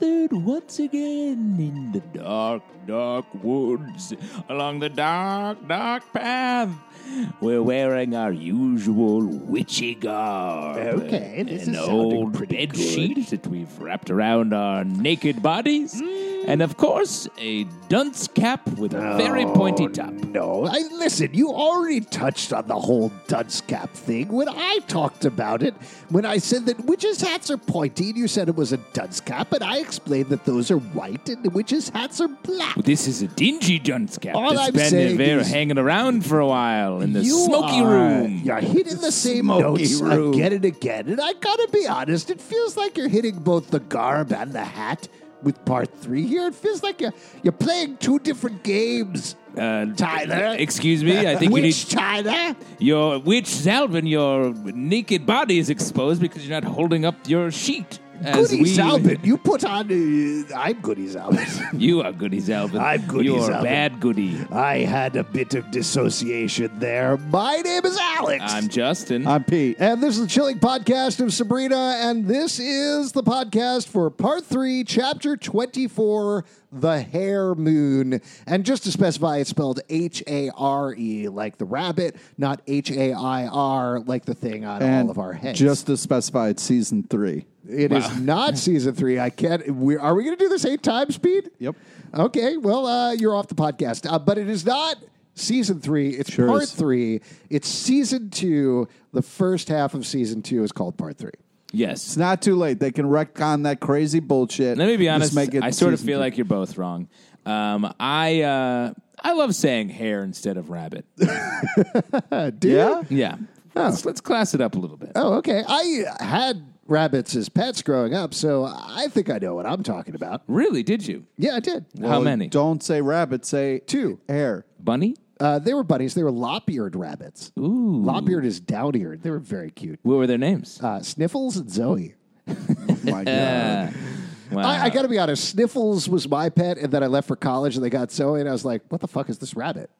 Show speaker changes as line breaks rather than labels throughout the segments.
once again in the dark, dark woods, along the dark, dark path. We're wearing our usual witchy garb.
Okay, this
An
is sounding
old
pretty
bed
good.
sheet that we've wrapped around our naked bodies.
Hmm.
And of course, a dunce cap with a very
Oh,
pointy top.
No, I listen. You already touched on the whole dunce cap thing when I talked about it. When I said that witches' hats are pointy, and you said it was a dunce cap, and I explained that those are white and witches' hats are black.
This is a dingy dunce cap.
All
that's
I'm
been
saying
there
is-
hanging around for a while in the
you
smoky
are-
room.
You're hitting the same
Smoky
notes
room.
again and again, and I gotta be honest. It feels like you're hitting both the garb and the hat with part three here. It feels like you're you're playing two different games.
Uh,
Tyler?
Excuse me. I think you need
Witch China.
your witch Zalvin. Your naked body is exposed because you're not holding up your sheet. As
Goody
we,
Zalbin, you put on. Uh, I'm Goody Zalbin.
You are Goody Zalvin.
I'm Goody
You're
Zalvin.
a bad Goody.
I had a bit of dissociation there. My name is Alex.
I'm Justin.
I'm Pete.
and this is the chilling podcast of Sabrina, and this is the podcast for part three, chapter 24, The Hair Moon. And just to specify, it's spelled H A R E, like the rabbit, not H A I R, like the thing on
And
all of our heads.
Just to specify, it's season three.
It is not season three. I can't. We, are we going to do this eight times, Pete?
Yep.
Okay. Well, uh, you're off the podcast. Uh, but it is not season three. It's
Sure
part
is.
three. It's season two. The first half of season two is called part three.
yes.
It's not too late. They can retcon that crazy bullshit.
Let me be
Just
honest.
make it
I sort of
season
feel
three.
like you're both wrong. Um, I uh, I love saying hair instead of rabbit.
Uh, do you?
Yeah?
Yeah. Let's, let's class it up a little bit.
Oh, okay. I had rabbits as pets growing up, so I think I know what I'm talking about.
Really? Did you?
Yeah, I did.
How
Well,
many?
Don't say rabbit, say
Two.
hair.
Bunny?
Uh, they were bunnies. They were lop-eared rabbits.
Ooh.
Lop-eared is down-eared. They were very cute.
What were their names?
Uh, Sniffles and Zoe.
My
Eh.
God.
Uh, Wow.
I, I got to be honest. Sniffles was my pet, and then I left for college, and they got Zoe, and I was like, "What the fuck is this rabbit?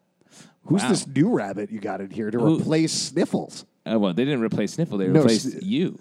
Who's
Wow.
this new rabbit you got in here to replace Sniffles?
Oh, well, they didn't replace Sniffle. They
No,
replaced
s-
you.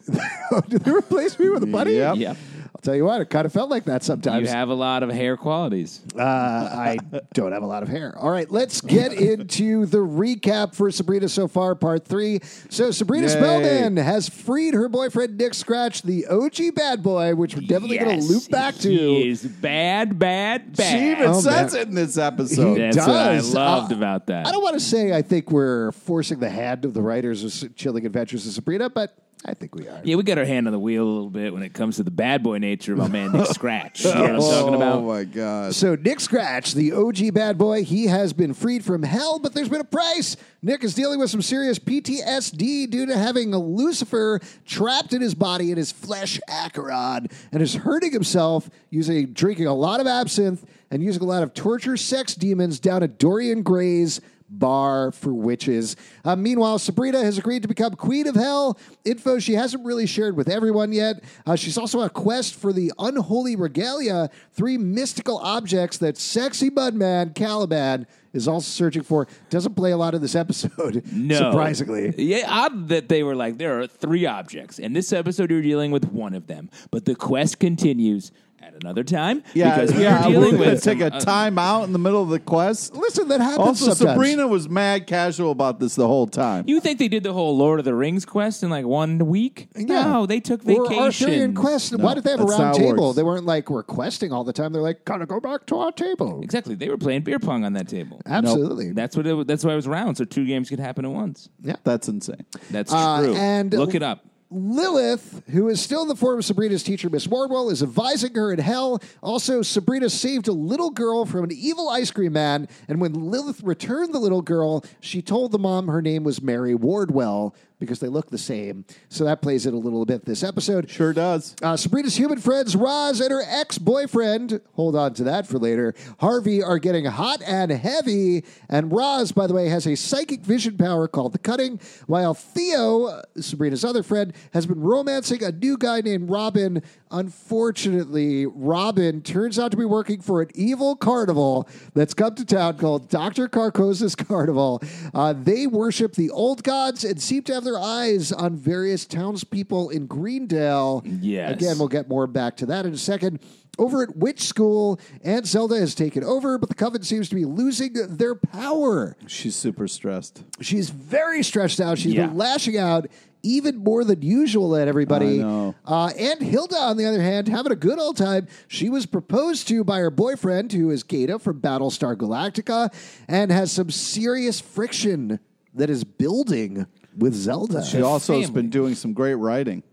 Did they replace me with a bunny?
Yep.
Yep.
I'll tell you what, it kind of felt like that
You
sometimes.
have a lot of hair qualities.
uh, I don't have a lot of hair. All right, let's get into the recap for Sabrina so far, part three. So Sabrina
Yay.
Spellman has freed her boyfriend Nick Scratch, the OG bad boy, which we're definitely going to
Yes,
loop back to.
He is bad, bad, bad.
She even
Oh,
says
man.
it in this episode.
He
That's what I
does.
loved
Uh,
about that.
I don't want to say I think we're forcing the hand of the writers of S- Chilling Adventures of Sabrina, but I think we are.
yeah, we got our hand on the wheel a little bit when it comes to the bad boy nature of our man Nick Scratch. You know what I'm talking
Oh,
about?
my God.
So Nick Scratch, the OG bad boy, he has been freed from hell, but there's been a price. Nick is dealing with some serious PTSD due to having a Lucifer trapped in his body in his flesh Acheron, and is hurting himself using drinking a lot of absinthe and using a lot of torture sex demons down at Dorian Gray's bar for witches. Uh, meanwhile, Sabrina has agreed to become Queen of Hell. Info she hasn't really shared with everyone yet. Uh, she's also on a quest for the unholy regalia, three mystical objects that sexy Mudman Caliban is also searching for. Doesn't play a lot in this episode,
No.
surprisingly.
Yeah, odd that they were like, there are three objects. In this episode, you're dealing with one of them, but the quest continues at another time.
yeah,
because we
yeah.
are
We're
dealing
gonna
with
take
some, uh,
a time out in the middle of the quest.
Listen, that happens
Also,
sometimes.
Sabrina was mad casual about this the whole time.
You think they did the whole Lord of the Rings quest in like one week? No, they took
Or
vacation.
Arthurian quest. Why did they have a
that's not
round
how it
table?
works.
They weren't like requesting all the time. They're like, gotta go back to our table.
Exactly, they were playing beer pong on that table.
Absolutely.
That's what. It, wa- that's why it was round, so two games could happen at once.
That's insane.
That's
Uh,
true.
and-
look it up.
Lilith, who is still in the form of Sabrina's teacher, Miss Wardwell, is advising her in hell. Also, Sabrina saved a little girl from an evil ice cream man, and when Lilith returned the little girl, she told the mom her name was Mary Wardwell because they look the same. So that plays it a little bit this episode.
Sure does.
Uh, Sabrina's human friends, Roz and her ex boyfriend, hold on to that for later, Harvey are getting hot and heavy. And Roz, by the way, has a psychic vision power called the cutting, while Theo, uh, Sabrina's other friend, has been romancing a new guy named Robin. Unfortunately, Robin turns out to be working for an evil carnival that's come to town called Dr. Carcosa's Carnival. Uh, they worship the old gods and seem to have their eyes on various townspeople in Greendale.
Yes.
Again, we'll get more back to that in a second. Over at Witch School, Aunt Zelda has taken over, but the Coven seems to be losing their power.
She's super stressed.
She's very stressed out. She's
Yeah.
been lashing out even more than usual at everybody.
I know.
Uh, and Hilda, on the other hand, having a good old time. She was proposed to by her boyfriend, who is Gata from Battlestar Galactica, and has some serious friction that is building with Zelda.
She also has
family.
been doing some great writing.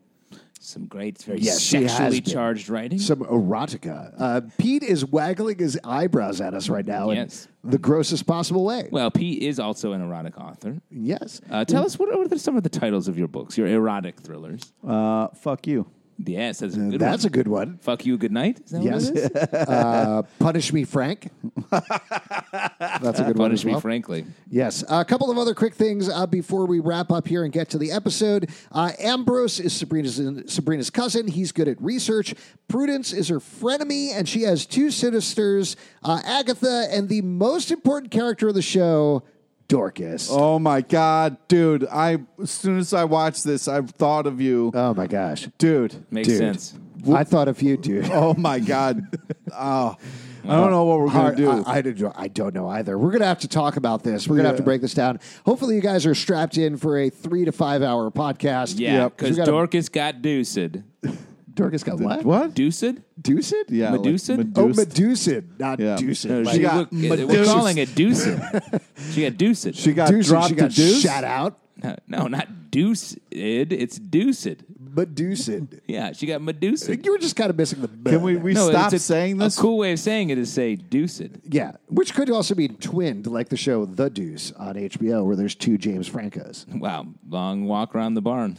Some great, very
Yes, she has
sexually
been.
charged writing.
Some erotica. Uh, Pete is waggling his eyebrows at us right now
Yes.
in the grossest possible way.
well, Pete is also an erotic author.
yes.
Uh, tell us what are the, some of the titles of your books, your erotic thrillers.
Uh, fuck you.
Yes, that's a good
Uh, That's
one.
a good one.
Fuck you, good night. Is that
Yes.
what it is?
uh, punish me, Frank. That's a good one.
Punish
As
me,
well.
frankly.
Yes. a couple of other quick things uh, before we wrap up here and get to the episode. Uh, Ambrose is Sabrina's, Sabrina's cousin. He's good at research. Prudence is her frenemy, and she has two sisters, uh, Agatha, and the most important character of the show, Dorcas. Oh,
Oh my god, dude! I as soon as I watched this, I've thought of you,
Oh my gosh.
dude.
Makes
Dude.
sense.
I thought of you, dude.
Oh my god. oh, I don't know what we're gonna
Hard-
do.
I, I don't, I don't know either. We're going to have to talk about this. We're going to have to
Yeah.
break this down. Hopefully, you guys are strapped in for a three to five hour podcast.
Yeah,
Yep.
because
We gotta-
Dorcas got deuced.
Dorcas got what?
what?
Deuced?
Deuced?
yeah, like
Medusa?
Oh,
Medusa.
Medusa, not
Yeah.
Deuced.
No,
Like,
she
got
we're, we're
Medusa.
calling it deuced. she got deuced.
she got
Deuced,
dropped
she got
to deuce.
shot out.
no, not deuced. It's deuced.
Medusa.
Yeah, she got Medusa.
you were just kind of missing the.
Can we, we
No,
stop
it's a-
saying this?
A cool way of saying it is say deuced.
Yeah, which could also be twinned, like the show The Deuce on HBO, where there's two James Francos.
Wow, long walk around the barn.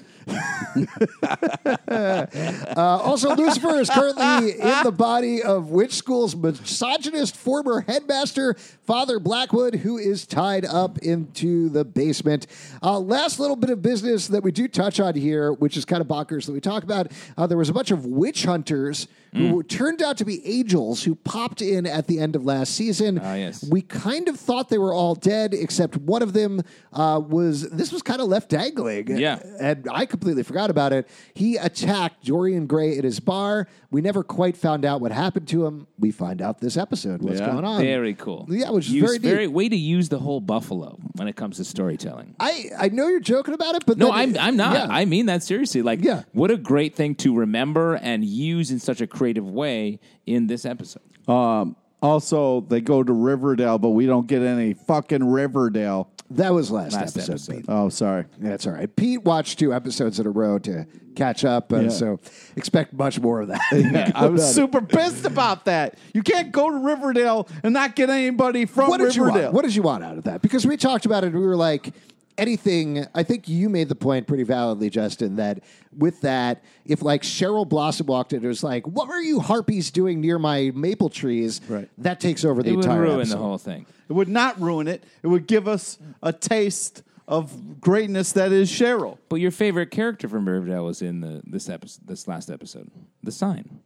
Uh, also, Lucifer is currently in the body of Witch School's misogynist former headmaster, Father Blackwood, who is tied up into the basement. Uh, last little bit of business that we do touch on here, which is kind of bonkers that we talk about. Uh, there was a bunch of witch hunters who
Hmm.
were- turned out to be angels who popped in at the end of last season.
Ah, yes.
We kind of thought they were all dead, except one of them uh, was, this was kind of left dangling.
Yeah.
And I completely forgot about it. He attacked Dorian Gray at his bar. We never quite found out what happened to him. We find out this episode what's
Yeah.
going on.
Very cool.
Yeah, which is
Use-
very neat.
way to use the whole buffalo when it comes to storytelling.
I, I know you're joking about it, but
No,
then-
I'm I'm not.
Yeah.
I mean that seriously. Like,
Yeah.
what a great thing to remember and use in such a creative way in this episode.
Um, also, they go to Riverdale, but we don't get any fucking Riverdale.
that was last,
Last
episode.
episode.
Pete.
Oh, sorry.
That's all right. Pete watched two episodes in a row to catch up, uh,
Yeah.
so expect much more of that.
I
About it.
was super pissed about that. You can't go to Riverdale and not get anybody from
what did you
Riverdale.
want? What did you want out of that? Because we talked about it, and we were like, anything. I think you made the point pretty validly, Justin, that with that, if like Cheryl Blossom walked in, it was like, what were you harpies doing near my maple trees?
Right.
That takes over the
It would
entire
ruin
episode.
the whole thing.
It would not ruin it. It would give us a taste of greatness that is Cheryl.
But your favorite character from Riverdale was in the this episode, this last episode, the sign.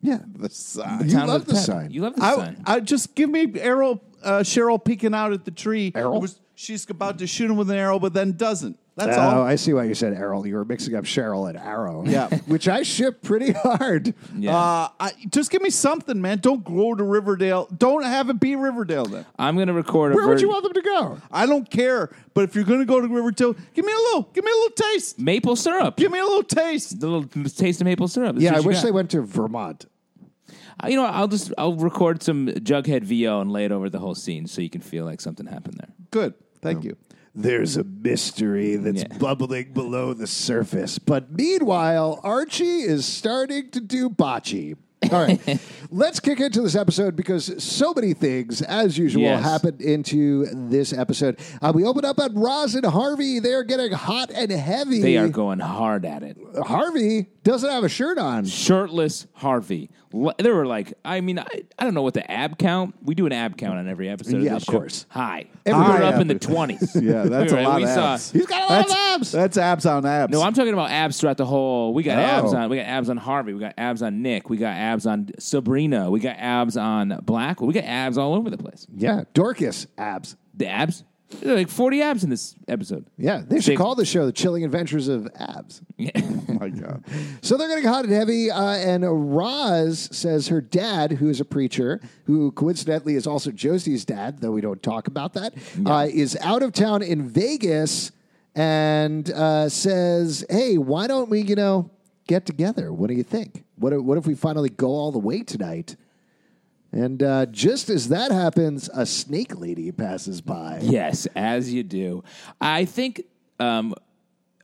yeah.
The sign.
You
Town
love
with
the
Pep.
sign.
You love the
I,
sign.
I just give me Errol, uh, Cheryl peeking out at the tree.
Errol?
It was- she's about to shoot him with an arrow, but then doesn't. That's all.
Oh, I see why you said Errol. You were mixing up Cheryl and Arrow.
Yeah.
Which I ship pretty hard.
yeah.
Uh, I, just give me something, man. Don't go to Riverdale. Don't have it be Riverdale then.
I'm going to record a
Where would
ver-
you want them to go?
I don't care. But if you're going to go to Riverdale, give me a little. Give me a little taste.
maple syrup.
Give me a little taste.
the little taste of maple syrup. That's
Yeah,
what
I
you
wish
got.
they went to Vermont.
Uh, You know, I'll just I'll record some Jughead VO and lay it over the whole scene so you can feel like something happened there.
Good. Thank you.
there's a mystery that's
Yeah.
bubbling below the surface. But meanwhile, Archie is starting to do bocce. All right, let's kick into this episode because so many things, as usual,
Yes.
happened into this episode. Uh, we open up on Roz and Harvey. They're getting hot and heavy.
They are going hard at it.
Harvey doesn't have a shirt on.
shirtless Harvey. L- There were like, I mean, I, I don't know what the ab count. We do an ab count on every episode.
Yeah,
of, this
of
show.
course.
Hi,
Everybody
we're up in the
abs.
twenties.
Yeah, that's a lot of abs.
Saw,
He's got a lot
that's,
of abs.
That's abs on abs.
no, I'm talking about abs throughout the whole. We got
Oh.
abs on. We got abs on Harvey. We got abs on Nick. We got abs on Sabrina. We got abs on Black. We got abs all over the place.
yeah, Dorcas abs.
The abs. There are like 40 abs in this episode.
Yeah, they should
Big-
call the show "The Chilling Adventures of Abs."
oh my god.
So they're going to hot and heavy. Uh, and Roz says her dad, who is a preacher, who coincidentally is also Josie's dad, though we don't talk about that, uh, is out of town in Vegas and uh, says, Hey, why don't we, you know, get together? What do you think? What if, what if we finally go all the way tonight? And uh, just as that happens, a snake lady passes by.
Yes, as you do. I think um,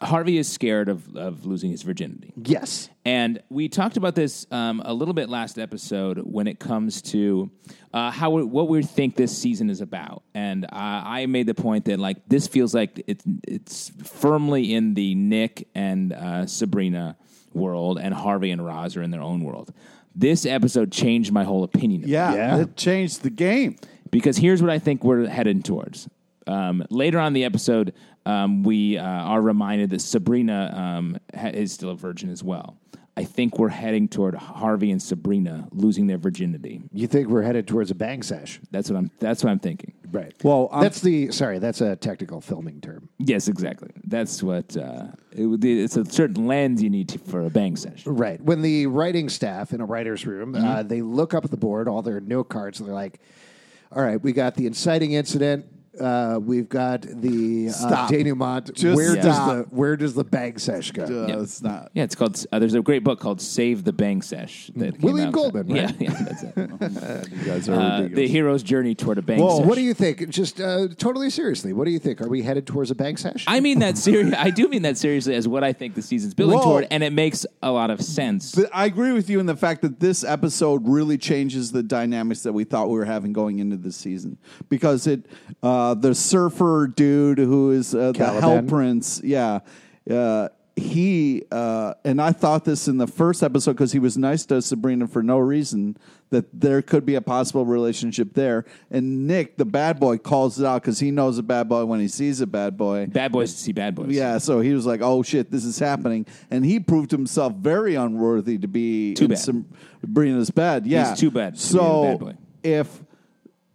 Harvey is scared of, of losing his virginity.
Yes.
And we talked about this um, a little bit last episode when it comes to uh, how we, what we think this season is about. And uh, I made the point that like this feels like it's it's firmly in the Nick and uh, Sabrina world, and Harvey and Roz are in their own world. This episode changed my whole opinion. of
Yeah,
Yeah.
it changed the game.
because here's what I think we're headed towards. Um, later on in the episode, um, we uh, are reminded that Sabrina um, ha- is still a virgin as well. I think we're heading toward Harvey and Sabrina losing their virginity.
You think we're headed towards a bang sesh?
That's what I'm. That's what I'm thinking.
Right.
Well, I'm-
that's the, sorry, that's a technical filming term.
Yes, exactly. That's what uh, it, would- it's a certain lens you need to, for a bang session.
Right. When the writing staff in a writer's room, uh, they look up at the board, all their note cards, and they're like, all right, we got the inciting incident. Uh, we've got the uh,
Stop.
denouement.
Just
where
stop.
does the where does the bang sesh go?
Uh, It's not.
Yeah, it's called. Uh, there's a great book called "Save the Bang Sesh." That came
William
out-
Goldman, right?
Yeah, yeah, that's it.
You guys are
Uh, the
ridiculous.
hero's journey toward a bang.
Whoa,
sesh.
What do you think? Just uh, totally seriously, what do you think? Are we headed towards a bang sesh?
I mean that serious. I do mean that seriously as what I think the season's building
Whoa.
toward, and it makes a lot of sense.
But I agree with you in the fact that this episode really changes the dynamics that we thought we were having going into this season because it uh, the surfer dude who is uh, the
Caliban.
hell prince, yeah, uh, he uh, and I thought this in the first episode because he was nice to Sabrina for no reason that there could be a possible relationship there, and Nick the bad boy calls it out because he knows a bad boy when he sees a bad boy,
bad boys see bad boys.
yeah, so he was like, "Oh shit, this is happening," and he proved himself very unworthy to be
Too
in
bad.
Sabrina's bed. Yeah,
too bad to
So
be a bad boy.
if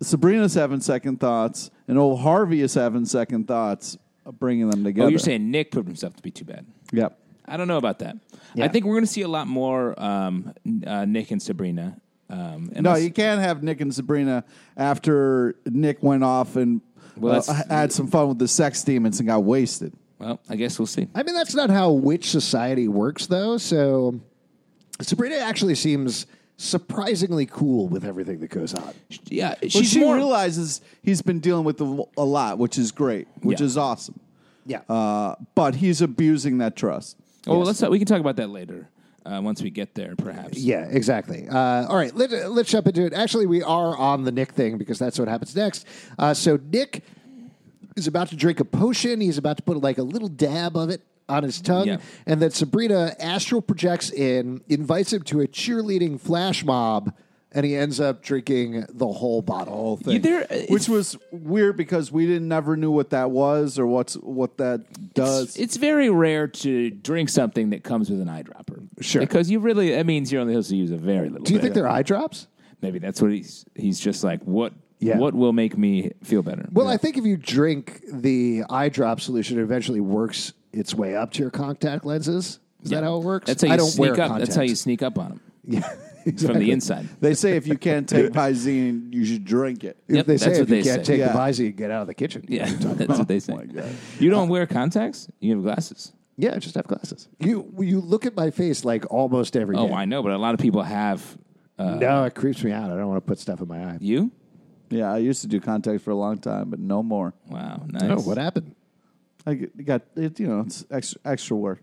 Sabrina's having second thoughts and old Harvey is having second thoughts, bringing them
Oh,
together.
you're saying Nick proved himself to be too bad.
Yep.
I don't know about that. I think we're going to see a lot more um, n- uh, Nick and Sabrina. Um,
No,
unless-
you can't have Nick and Sabrina after Nick went off and
Well,
uh,
that's-
had some fun with the sex demons and got wasted.
well, I guess we'll see.
I mean, that's not how witch society works, though. So Sabrina actually seems surprisingly cool with everything that goes on.
Yeah, she's
But she
more.
realizes he's been dealing with a a lot, which is great, which
Yeah.
is awesome.
Yeah.
Uh, but he's abusing that trust.
oh, well, let's we can talk about that later uh, once we get there, perhaps.
Yeah, exactly. Uh, all right, let, let's jump into it. Actually, we are on the Nick thing because that's what happens next. Uh, so Nick is about to drink a potion. He's about to put like a little dab of it on his tongue,
Yeah.
and then Sabrina astral projects in, invites him to a cheerleading flash mob, and he ends up drinking the whole bottle.
thing,
Either- it's-
which was weird because we didn't never knew what that was or what's what that does.
It's, it's very rare to drink something that comes with an eyedropper.
Sure.
Because you really, that means you're only supposed to use a very little
Do you
bit.
think they're eye drops?
Maybe that's what he's he's just like what
Yeah.
what will make me feel better.
Well, I think if you drink the eye drop solution, it eventually works its way up to your contact lenses. Is that how it works?
That's how you
I don't
sneak
wear
up. That's how you
contacts.
sneak up on him
Yeah,
from
exactly.
the inside.
they say if you can't take Visine, you should drink it.
Yep,
they
that's
say if
what
you
they
can't
say.
take
Yeah.
the Visine, you can get out of the kitchen.
Yeah, that's what they
Oh,
say. you don't wear contacts. You have glasses.
yeah, just have glasses. You you look at my face like almost every day.
Oh, I know, but a lot of people have. Uh,
no, it creeps me out. I don't want to put stuff in my eye.
you?
Yeah, I used to do contacts for a long time, but no more.
Wow, nice.
Oh, what happened?
I g- got it. You know, it's extra extra work.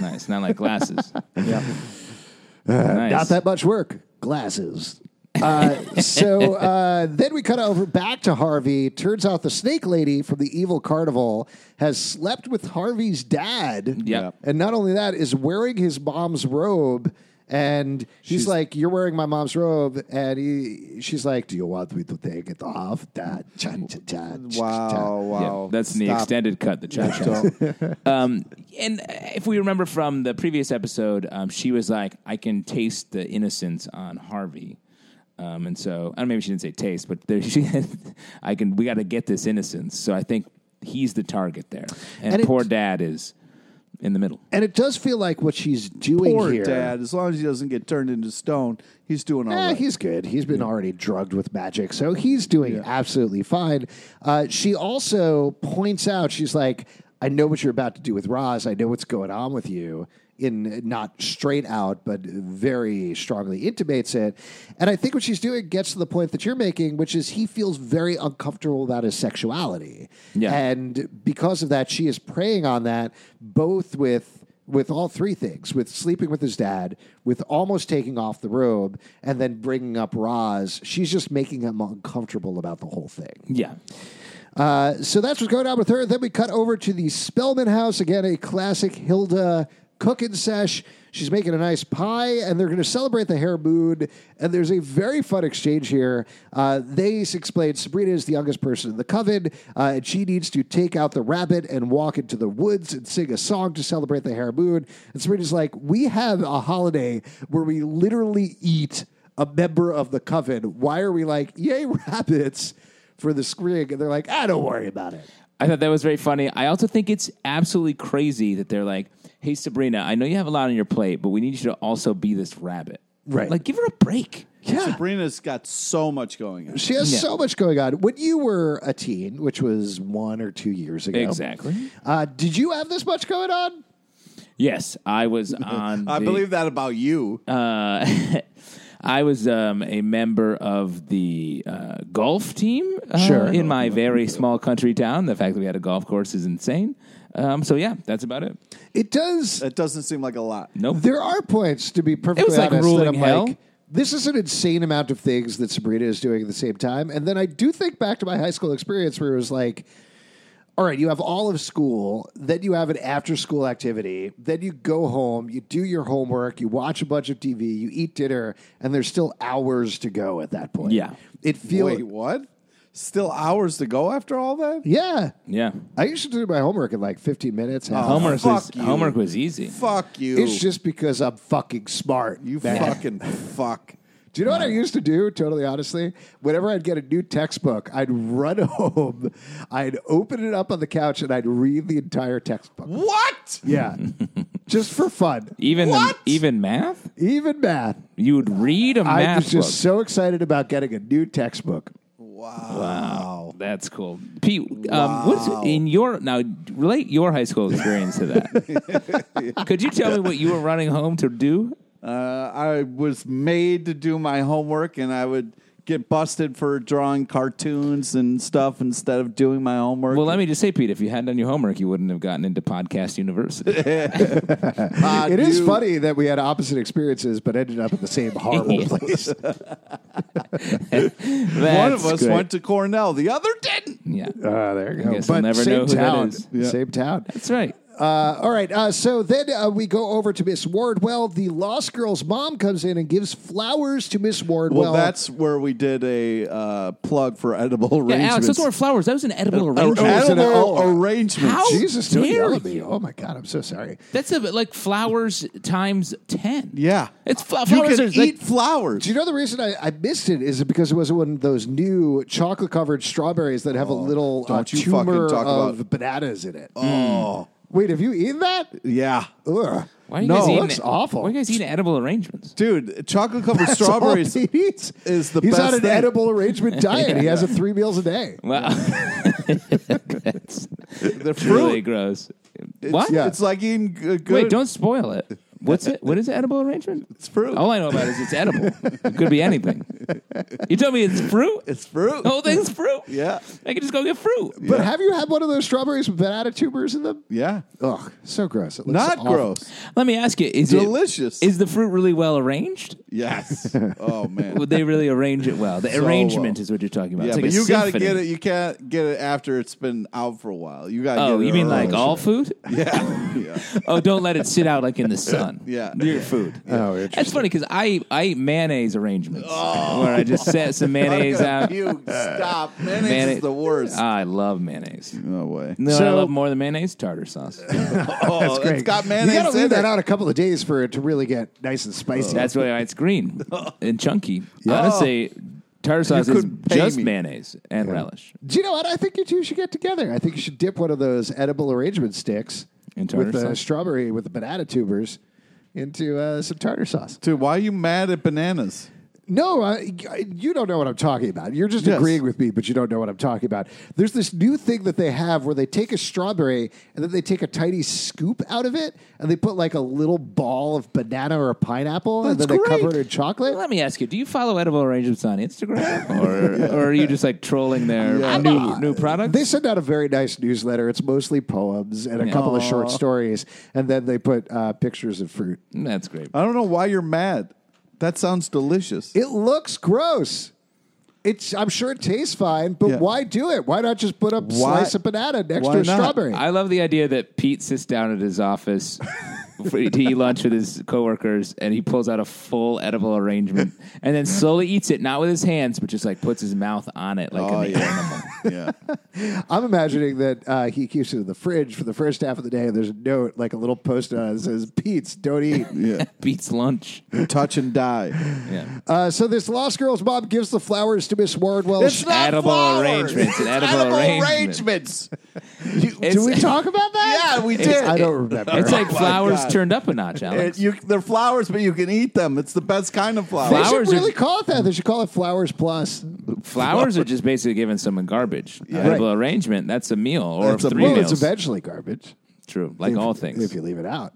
Nice. Not like glasses.
Yeah,
nice.
Not that much work. Glasses. Uh, so uh, then we cut over back to Harvey. Turns out the snake lady from the evil carnival has slept with Harvey's dad.
Yep.
And not only that, is wearing his mom's robe. And he's
She's-
like, You're wearing my mom's robe. And he, she's like, Do you want me to take it off? Da, cha, cha, cha, cha, cha.
Wow,
Yeah,
wow.
that's the
Stop.
extended cut, the cha cha.
So,
um, and uh, if we remember from the previous episode, um, she was like, I can taste the innocence on Harvey. Um, and so, I don't maybe she didn't say taste, but there, she, I can, we got to get this innocence. So I think he's the target there. And,
And it-
poor dad is in the middle.
And it does feel like what she's doing
poor
here.
dad. As long as he doesn't get turned into stone, he's doing all
Eh,
right.
he's good. He's been already drugged with magic, so he's doing absolutely fine. Uh, she also points out, she's like, I know what you're about to do with Roz. I know what's going on with you. In not straight out, but very strongly intimates it. And I think what she's doing gets to the point that you're making, which is he feels very uncomfortable about his sexuality.
Yeah.
And because of that, she is preying on that both with with all three things with sleeping with his dad, with almost taking off the robe, and then bringing up Roz. She's just making him uncomfortable about the whole thing.
Yeah.
Uh, so that's what's going on with her. Then we cut over to the Spellman house again, a classic Hilda cooking sesh. She's making a nice pie, and they're going to celebrate the hair moon. And there's a very fun exchange here. Uh, they explain Sabrina is the youngest person in the coven, uh, and she needs to take out the rabbit and walk into the woods and sing a song to celebrate the hair moon. And Sabrina's like, "We have a holiday where we literally eat a member of the coven. Why are we like, yay rabbits?" for the screen, and they're like, "I don't worry about it."
I thought that was very funny. I also think it's absolutely crazy that they're like, "Hey, Sabrina, I know you have a lot on your plate, but we need you to also be this rabbit."
Right.
Like, give her a break.
Yeah,
Sabrina's got so much going on.
she has
Yeah.
so much going on. When you were a teen, which was one or two years ago,
Exactly.
Uh, did you have this much going on?
Yes, I was on.
I
the-
believe that about you.
Uh, I was um, a member of the uh, golf team uh,
Sure.
in my very small country town. The fact that we had a golf course is insane. Um, so yeah, that's about it.
It does.
that doesn't seem like a lot.
Nope.
There are points to be perfectly
like
honest that
ruling
I'm
hell.
like. This is an insane amount of things that Sabrina is doing at the same time. And then I do think back to my high school experience where it was like, all right, you have all of school, then you have an after school activity, then you go home, you do your homework, you watch a bunch of TV, you eat dinner, and there's still hours to go at that point.
Yeah.
It feels
Wait, what? Still hours to go after all that?
Yeah.
yeah,
I used to do my homework in like 15 minutes. half hour.
homework
fuck
was
you.
homework was easy.
Fuck you.
It's just because I'm fucking smart.
you
man.
fucking fuck.
Do you know what I used to do, totally honestly? Whenever I'd get a new textbook, I'd run home, I'd open it up on the couch, and I'd read the entire textbook.
What?
Yeah. Just for fun.
Even the-
What?
even math,
Even math.
you would read a
I was
math book.
just so excited about getting a new textbook.
Uh,
Wow, that's cool, Pete. Um, What's in your now? Relate your high school experience to that. Could you tell me what you were running home to do?
Uh, I was made to do my homework, and I would get busted for drawing cartoons and stuff instead of doing my homework.
Well, let me just say, Pete, if you hadn't done your homework, you wouldn't have gotten into Podcast University.
Ah,
It is
you-
funny that we had opposite experiences but ended up in the same horrible place.
One of us went to Cornell, the other didn't.
Yeah,
Ah, there you go.
Guess we'll
but
never
same
know who that
town.
is.
Yeah.
Same town.
that's right.
Uh, all right. Uh, so then uh, we go over to Miss Wardwell. The Lost Girl's mom comes in and gives flowers to Miss Wardwell.
Well, that's where we did a uh, plug for edible
Yeah,
arrangements.
Alex, those weren't flowers. That was an edible
Oh,
arrangement.
it's an
edible
edible-
arrangements.
How
Jesus. Don't
dare
yell at me.
you.
Oh my God. I'm so sorry.
That's a, like flowers times ten.
Yeah.
it's fl-
You
flowers.
can
Are,
eat
like,
flowers.
Do you know the reason I, I missed it is because it was one of those new chocolate covered strawberries that have a little uh,
Oh, don't you fucking
tumor
talk about-
of bananas in it. Oh. Wait, have you eaten that?
yeah.
Ugh.
why are you
No,
guys
it
eating
looks awful.
Why are you guys eating edible arrangements?
Dude, chocolate covered strawberries.
That's all he eats.
is the
He's
best
on an
thing.
edible arrangement diet. He has it three meals a day.
Well, that's
The fruit.
really gross.
It's,
what?
It's like eating g- good.
Wait, don't spoil it. What's it? What is the edible arrangement?
It's fruit.
All Oh, I know about it is it's edible. It could be anything. You tell me it's fruit?
It's fruit.
The whole thing's fruit?
Yeah.
I can just go get fruit.
But have you had one of those strawberries with banana tumors in them?
Yeah.
Ugh, so gross. It looks
Not
awful.
gross.
Let me ask you, is it-
Delicious.
is the fruit really well arranged?
Yes. Oh man.
Would they really arrange it well? The
well.
arrangement is what you're talking about.
uh,
It's like
yeah, but
a
you gotta
symphony.
get it. You can't get it after it's been out for a while. You gotta.
Oh,
get it
you mean like
early.
all food?
Yeah. yeah.
Oh, don't let it sit out like in the sun.
Yeah.
Your food.
Oh, interesting.
That's funny because I, I eat mayonnaise arrangements where I just set some mayonnaise out. uh,
Oh. You stop. Mayonnaise
Mayonnaise- Ah,
is the worst.
I love mayonnaise.
no way.
No, I
So-
love more than mayonnaise tartar sauce.
Oh, that's
Great.
It's got mayonnaise.
You got to
in
leave that
it.
out a couple of days for it to really get nice and spicy.
That's why it's green and chunky. Honestly, tartar sauce is
couldn't pay
just
me.
mayonnaise and relish.
Do you know what? I think you two should get together. I think you should dip one of those edible arrangement sticks
In tartar
with the
sauce?
strawberry with the banana tubers into uh, some tartar sauce.
Dude, why are you mad at bananas?
No, uh, y- you don't know what I'm talking about. You're just
Yes.
agreeing with me, but you don't know what I'm talking about. There's this new thing that they have where they take a strawberry and then they take a tiny scoop out of it and they put like a little ball of banana or a pineapple and then
That's
they cover
great.
it in chocolate.
Let me ask you: Do you follow edible arrangements on Instagram, or, or are you just like trolling their new new products?
They send out a very nice newsletter. It's mostly poems and a
Yeah.
couple of short stories, and then they put uh, pictures of fruit.
That's great.
I don't know why you're mad. That sounds delicious.
It looks gross. It's I'm sure it tastes fine, but
Yeah.
why do it? Why not just put a
Why-
slice of banana next
why
to a
not?
strawberry?
I love the idea that Pete sits down at his office for- to eat lunch with his coworkers, and he pulls out a full edible arrangement, and then slowly eats it, not with his hands, but just like puts his mouth on it, like
oh
an
yeah. yeah.
I'm imagining that uh, he keeps it in the fridge for the first half of the day, and there's a note, like a little post-it on it that says, Pete's, don't eat.
Yeah.
beats lunch.
Touch and die.
Yeah.
uh, so this lost girl's mom gives the flowers to Miss Warren Welsh.
edible arrangements. It's edible arrangements. It's-
Did we talk about that?
Yeah, we
It's-
did.
I don't remember.
It's like
Oh my
flowers
God.
turned up a notch, Alex.
It- uh, you, they're flowers, but you can eat them. It's the best kind of flower.
they
Flower-
should
flowers are-
really call it that. They should call it Flowers Plus.
flowers are just basically giving someone garbage. Edible arrangement. That's a meal or
That's a
three
well,
meals.
it's eventually garbage.
True, like all things.
If you leave it out.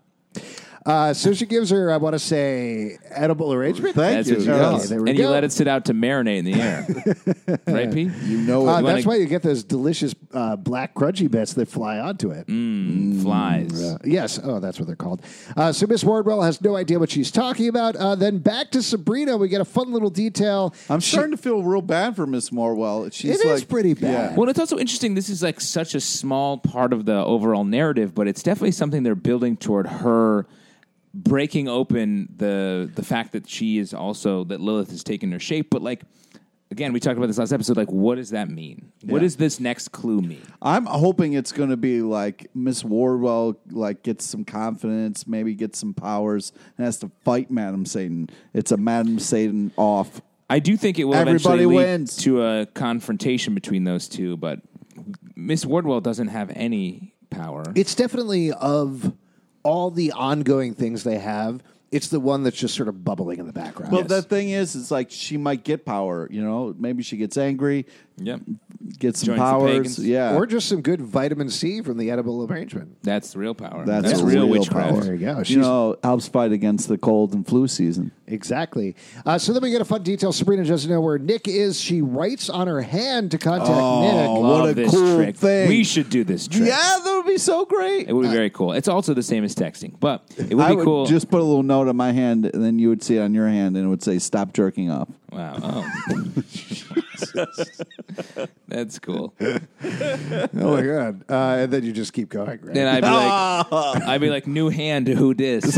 Uh, so she gives her, I want to say, edible arrangement.
Thank
That's
you.
what you
Okay,
yes.
there we
and you
go.
let it sit out to marinate in the air, right, Pete?
You know
Uh,
it.
that's
wanna-
why you get those delicious uh, black crunchy bits that fly onto it.
Mm. Flies.
Yes. Oh, that's what they're called. Uh, so Miss Wardwell has no idea what she's talking about. Uh, then back to Sabrina. We get a fun little detail.
I'm starting to feel real bad for Miss Morwell. She's
It is
like,
pretty bad.
Well, it's also interesting. This is like such a small part of the overall narrative, but it's definitely something they're building toward her breaking open the the fact that she is also that Lilith has taken her shape. But like again, we talked about this last episode. Like, what does that mean? What
Yeah.
does this next clue mean?
I'm hoping it's going to be like Miss Wardwell, like gets some confidence, maybe gets some powers, and has to fight Madam Satan. It's a Madam Satan off.
I do think it will
Everybody
eventually lead
wins.
to a confrontation between those two, but Miss Wardwell doesn't have any power.
It's definitely of all the ongoing things they have. It's the one that's just sort of bubbling in the background.
Well,
Yes.
the thing is, it's like she might get power. You know, maybe she gets angry,
yep.
gets some
Joins the
powers.
pagans.
Yeah,
or just some good vitamin C from the edible arrangement.
That's the real power.
that's, a
real,
real,
witchcraft.
power.
There you go.
You
She's-
know, helps fight against the cold and flu season.
Exactly. Uh, so then we get a fun detail. Sabrina doesn't know where Nick is. She writes on her hand to contact
Oh,
Nick.
What
Love
a
this
cool
trick.
thing.
We should do this trick.
Yeah, that would be so great.
It would be very cool. It's also the same as texting, but it would
I
be
would
cool.
just put a little note on my hand, and then you would see it on your hand, and it would say, "Stop jerking off."
wow. Oh. That's cool. And
Oh my god! Uh, and then you just keep going. Right?
I'd be
Ah.
Ah!
like, I'd be like, new hand to who dis?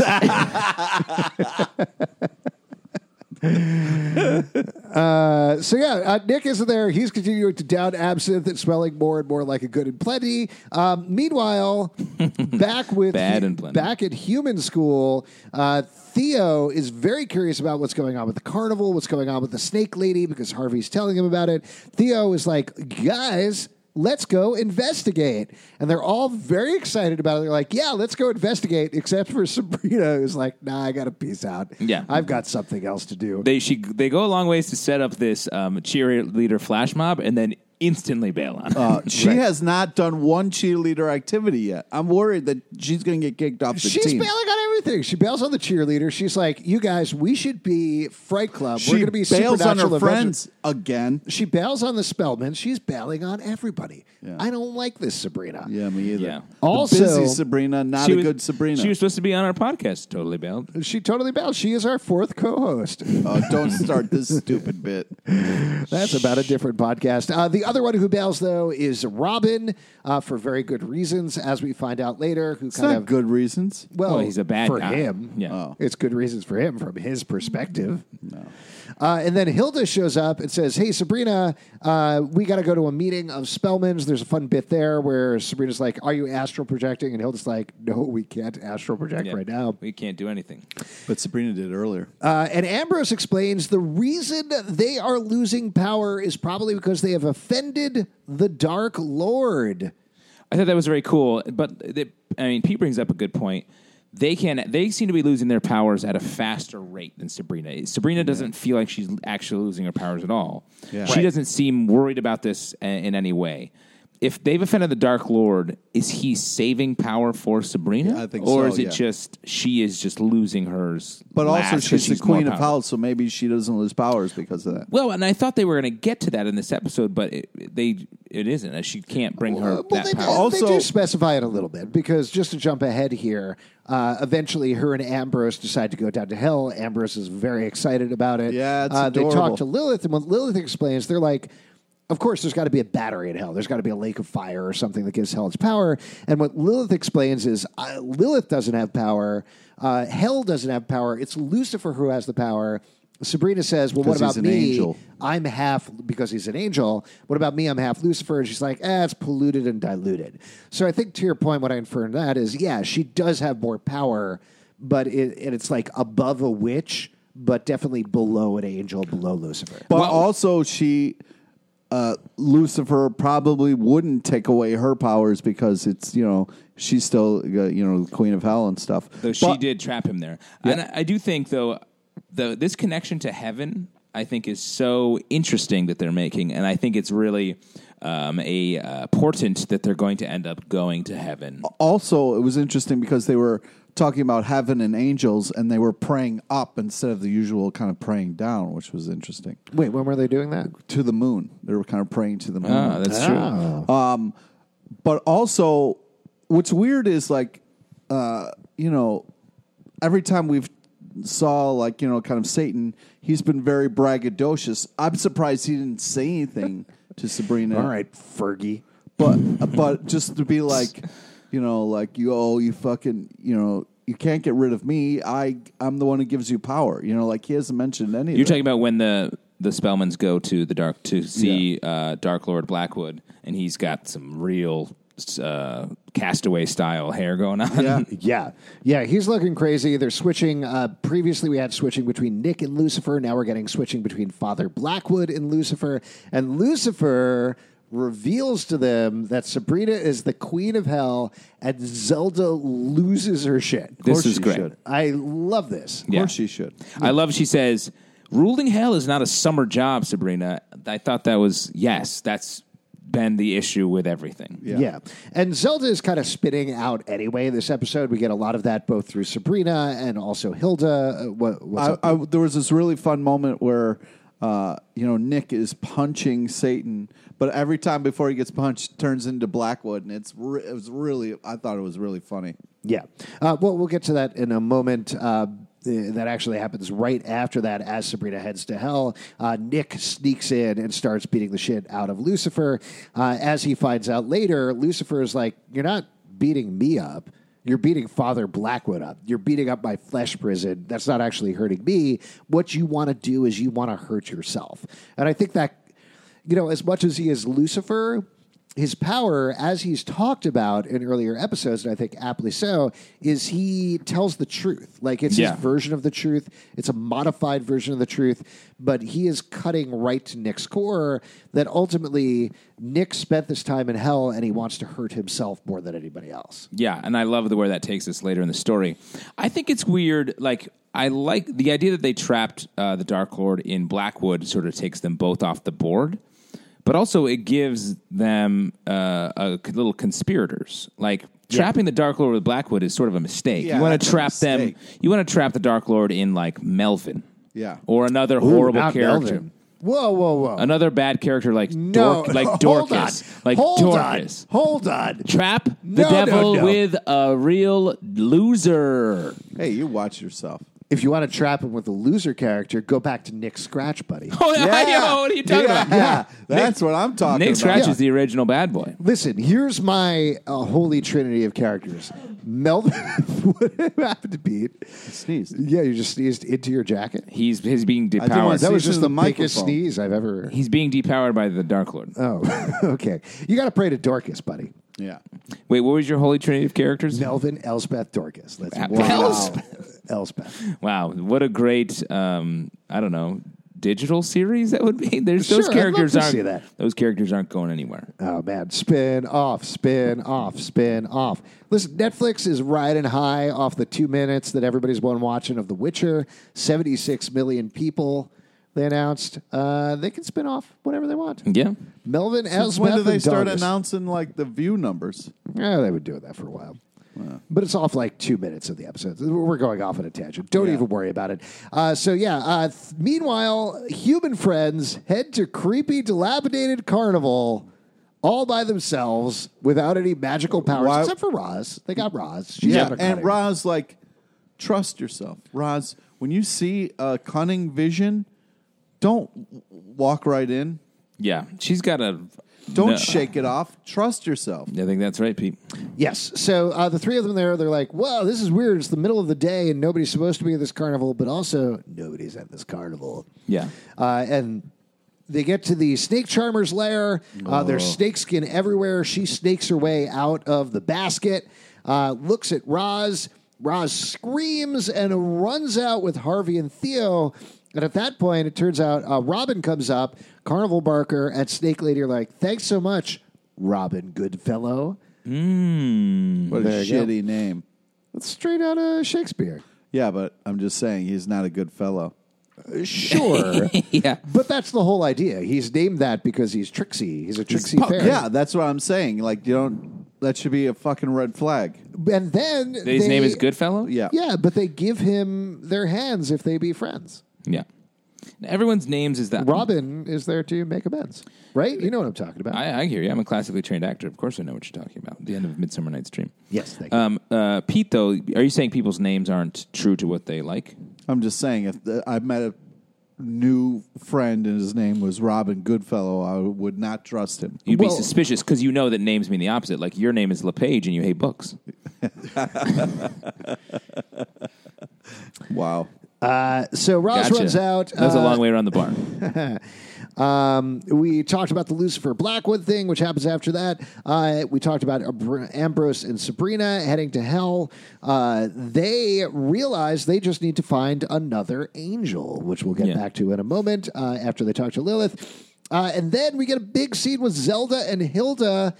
Uh, so yeah, uh, Nick isn't there. He's continuing to down absinthe and smelling more and more like a good and plenty. Um, meanwhile, back with
Bad and plenty.
back at human school, uh, Theo is very curious about what's going on with the carnival, what's going on with the snake lady because Harvey's telling him about it. Theo is like, guys. Let's go investigate. And they're all very excited about it. They're like, yeah, let's go investigate, except for Sabrina, who's like, nah, I got to peace out.
Yeah.
I've got something else to do.
They she they go a long ways to set up this um, cheerleader flash mob and then instantly bail on. it.
Uh, she has not done one cheerleader activity yet. I'm worried that she's going to get kicked off the
She's
team.
bailing on everything. She bails on the cheerleader. She's like, "You guys, we should be Fright Club. We're
she
going to be
bails on
supernatural
her
Avengers."
friends again.
She bails on the Spellman. She's bailing on everybody. I don't like this, Sabrina.
Yeah, me either.
Yeah.
The
Also-
busy Sabrina, not
she
a
was-
good Sabrina.
She was supposed to be on our podcast. Totally bailed.
She totally bails. She is our fourth co-host.
oh, don't start this stupid bit.
That's about a different podcast. Uh, the other one who bails though is Robin uh, for very good reasons, as we find out later. Who
It's
kind
not
of
good reasons.
Well,
Well, he's a bad
for
guy.
him. uh,
Yeah. Oh.
it's good reasons for him from his perspective. Uh, and then Hilda shows up and says, "Hey, Sabrina, uh, we got to go to a meeting of Spellman's. There's a fun bit there where Sabrina's like, "Are you astral projecting?" And Hilda's like, "No, we can't astral project
Yeah.
right now."
we can't do anything.
But Sabrina did earlier.
Uh, and Ambrose explains the reason they are losing power is probably because they have offended the Dark Lord.
I thought that was very cool. But the- I mean, Pete brings up a good point. They can. They seem to be losing their powers at a faster rate than Sabrina. Sabrina doesn't feel like she's actually losing her powers at all.
Yeah.
She
Right.
doesn't seem worried about this uh, in any way. If they've offended the Dark Lord, is he saving power for Sabrina?
I think
or
so,
is it
yeah.
just she is just losing hers?
But
last
also,
'cause
she's, the
more
queen of
powerful?
house, so maybe she doesn't lose powers because of that.
Well, and I thought they were going to get to that in this episode, but it, they it isn't. She can't bring her
Uh, well,
that
they,
power.
they do
Also-
specify it a little bit because just to jump ahead here, uh, eventually her and Ambrose decide to go down to hell. Ambrose is very excited about it.
Yeah, it's
uh, they talk
adorable.
to Lilith, and when Lilith explains, they're like. Of course, there's got to be a battery in hell. There's got to be a lake of fire or something that gives hell its power. And what Lilith explains is uh, Lilith doesn't have power. Uh, hell doesn't have power. It's Lucifer who has the power. Sabrina says, Well, what
'Cause
about
he's an
me?
angel.
I'm half because he's an angel. What about me? I'm half Lucifer. And she's like, ah, it's polluted and diluted. So I think to your point, what I infer in that is, yeah, she does have more power, but it, and it's like above a witch, but definitely below an angel, below Lucifer.
But also, she uh, Lucifer probably wouldn't take away her powers because it's you know she's still uh, you know the queen of hell and stuff.
Though she
But-
did trap him there. And I, I do think though the this connection to heaven I think is so interesting that they're making and I think it's really um, a uh, portent that they're going to end up going to heaven.
Oh, Also, it was interesting because they were talking about heaven and angels, and they were praying up instead of the usual kind of praying down, which was interesting.
Wait, when were they doing that?
To the moon, they were kind of praying to the moon.
Ah, that's true.
but also what's weird is like uh you know every time we've saw like you know kind of satan he's been very braggadocious i'm surprised he didn't say anything to sabrina
All right, Fergie.
but but just to be like you know like you oh you fucking you know you can't get rid of me i i'm the one who gives you power you know like he hasn't mentioned any
You're
of that.
talking about when the the Spellmans go to the dark to see uh, Dark Lord Blackwood, and he's got some real uh, castaway style hair going on.
yeah
Yeah, yeah, he's looking crazy. They're switching. Uh, previously, we had switching between Nick and Lucifer. Now we're getting switching between Father Blackwood and Lucifer. And Lucifer reveals to them that Sabrina is the queen of hell, and Zelda loses her shit.
This
course
is
you
great.
should.
I love this.
of
Yeah.
course she should
I love she says, ruling hell is not a summer job, Sabrina. I thought that was, yes, that's been the issue with everything.
Yeah. And Zelda is kind of spitting out anyway. This episode, we get a lot of that both through Sabrina and also Hilda. Uh, what, what's
I,
up?
I, there was this really fun moment where uh, you know Nick is punching Satan, but every time before he gets punched, turns into Blackwood, and it's re- it was really I thought it was really funny.
Yeah. Uh, well, we'll get to that in a moment. Uh, th- that actually happens right after that as Sabrina heads to hell. Uh, Nick sneaks in and starts beating the shit out of Lucifer. Uh, as he finds out later, Lucifer is like, You're not beating me up. You're beating Father Blackwood up. You're beating up my flesh prison. That's not actually hurting me. What you want to do is you want to hurt yourself. And I think that you know, as much as he is Lucifer, his power, as he's talked about in earlier episodes, and I think aptly so, is he tells the truth. Like it's
Yeah.
his version of the truth. It's a modified version of the truth, but he is cutting right to Nick's core. That ultimately, Nick spent this time in hell, and he wants to hurt himself more than anybody else.
Yeah, and I love the where that takes us later in the story. I think it's weird. Like I like the idea that they trapped uh, the Dark Lord in Blackwood. Sort of takes them both off the board, but also it gives them uh, a c- little conspirators. Like Trapping the Dark Lord with Blackwood is sort of a mistake.
Yeah,
you want
that's
to
a
trap them.
mistake.
You want to trap the Dark Lord in like Melvin.
Yeah.
Or another horrible
not
character.
Melvin.
Whoa, whoa, whoa.
Another bad character like
no,
Dork, like
hold
Dorcas,
on.
like
hold
Dorcas.
On. Hold on.
Trap the
No, no,
devil
no.
with a real loser.
Hey, you watch yourself.
If you want to trap
Trap him with a loser character. Go back to Nick Scratch, buddy.
Oh, what are you talking
yeah,
about?
yeah. That's what I'm talking
Nick
about.
Scratch
Yeah.
is the original bad boy.
Listen, here's my uh, holy trinity of characters. Melvin, what happened to Pete?
Sneeze.
Yeah, you just sneezed into your jacket.
He's he's being
didn't wanna
depowered.
say-
That was
Sneezed
just the,
into the
biggest
microphone.
sneeze I've ever.
He's being depowered by the Dark Lord.
Oh, okay. You got to pray to Dorcas, buddy.
Yeah.
Wait, what was your holy trinity of characters?
Melvin, Elspeth, Dorcas. Let's
Wow.
Elspeth. Elspeth.
Wow, what a great um, I don't know digital series that would be. There's
Sure,
those
I'd love
characters
to
aren't
see that.
those characters aren't going anywhere.
Oh man, spin off, spin off, spin off. Listen, Netflix is riding high off the two minutes that everybody's been watching of The Witcher. Seventy-six million people. They announced uh, they can spin off whenever they want.
Yeah,
Melvin
Since
Elspeth.
when do they
and
start
Dargis.
announcing like the view numbers?
Yeah, they've been doing that for a while. But it's off like two minutes of the episode. We're going off on a tangent. Don't
Yeah.
even worry about it. Uh, so, yeah, uh, th- meanwhile, human friends head to creepy, dilapidated carnival all by themselves without any magical powers,
Why-
except for Roz. They got Roz. She's
yeah,
out of
and
cutting.
Roz like, trust yourself, Roz. When you see a cunning vision, don't w- walk right in.
yeah, she's got a
Don't
no.
shake it off. Trust yourself.
I think that's right, Pete.
Yes. So uh, the three of them there, they're like, whoa, this is weird. It's the middle of the day and nobody's supposed to be at this carnival, but also nobody's at this carnival.
Yeah,
Uh, and they get to the snake charmer's lair. Uh, There's snakeskin everywhere. She snakes her way out of the basket, uh, looks at Roz. Roz screams and runs out with Harvey and Theo. And at that point, it turns out uh, Robin comes up. Carnival Barker and Snake Lady are like, thanks so much, Robin Goodfellow.
What a
There you go.
shitty name.
That's straight out of Shakespeare.
Yeah, but I'm just saying he's not a good fellow.
Sure.
yeah.
but that's the whole idea. He's named that because he's tricksy. He's a tricksy
punk.
fairy.
Yeah, that's what I'm saying. Like you don't. That should be a fucking red flag.
And then
His
they-
name is Goodfellow.
Yeah.
Yeah, but they give him their hands if they be friends.
yeah. Everyone's names is that
Robin is there to make amends, right? You know what I'm talking about.
I, I hear you. I'm a classically trained actor. Of course, I know what you're talking about. The end of Midsummer Night's Dream.
yes, thank you.
Um, uh, Pete, though, are you saying people's names aren't true to what they like?
I'm just saying if the, I met a new friend and his name was Robin Goodfellow, I would not trust him.
You'd
Well-
be suspicious because you know that names mean the opposite. Like your name is LePage and you hate books.
Wow.
Uh, so Ross
Gotcha.
runs out.
That's
uh,
a long way around the barn.
Um, we talked about the Lucifer Blackwood thing, which happens after that. Uh, we talked about Abr- Ambrose and Sabrina heading to hell. Uh, they realize they just need to find another angel, which we'll get
Yeah.
back to in a moment uh, after they talk to Lilith. Uh, and then we get a big scene with Zelda and Hilda,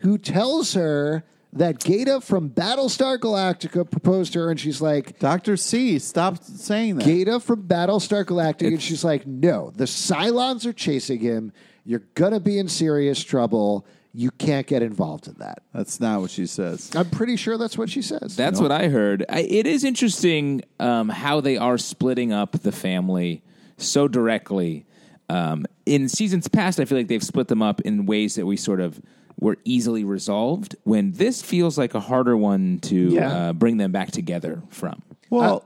who tells her that Gata from Battlestar Galactica proposed to her, and she's like,
Dr. C, stop saying that.
Gata from Battlestar Galactica, and she's like, "No, the Cylons are chasing him. You're gonna be in serious trouble. You can't get involved in that."
That's not what she says.
I'm pretty sure that's what she says.
That's what I heard. I, it is interesting um, how they are splitting up the family so directly. Um, in seasons past, I feel like they've split them up in ways that we sort of were easily resolved. When this feels like a harder one to
Yeah.
uh, bring them back together from.
Well,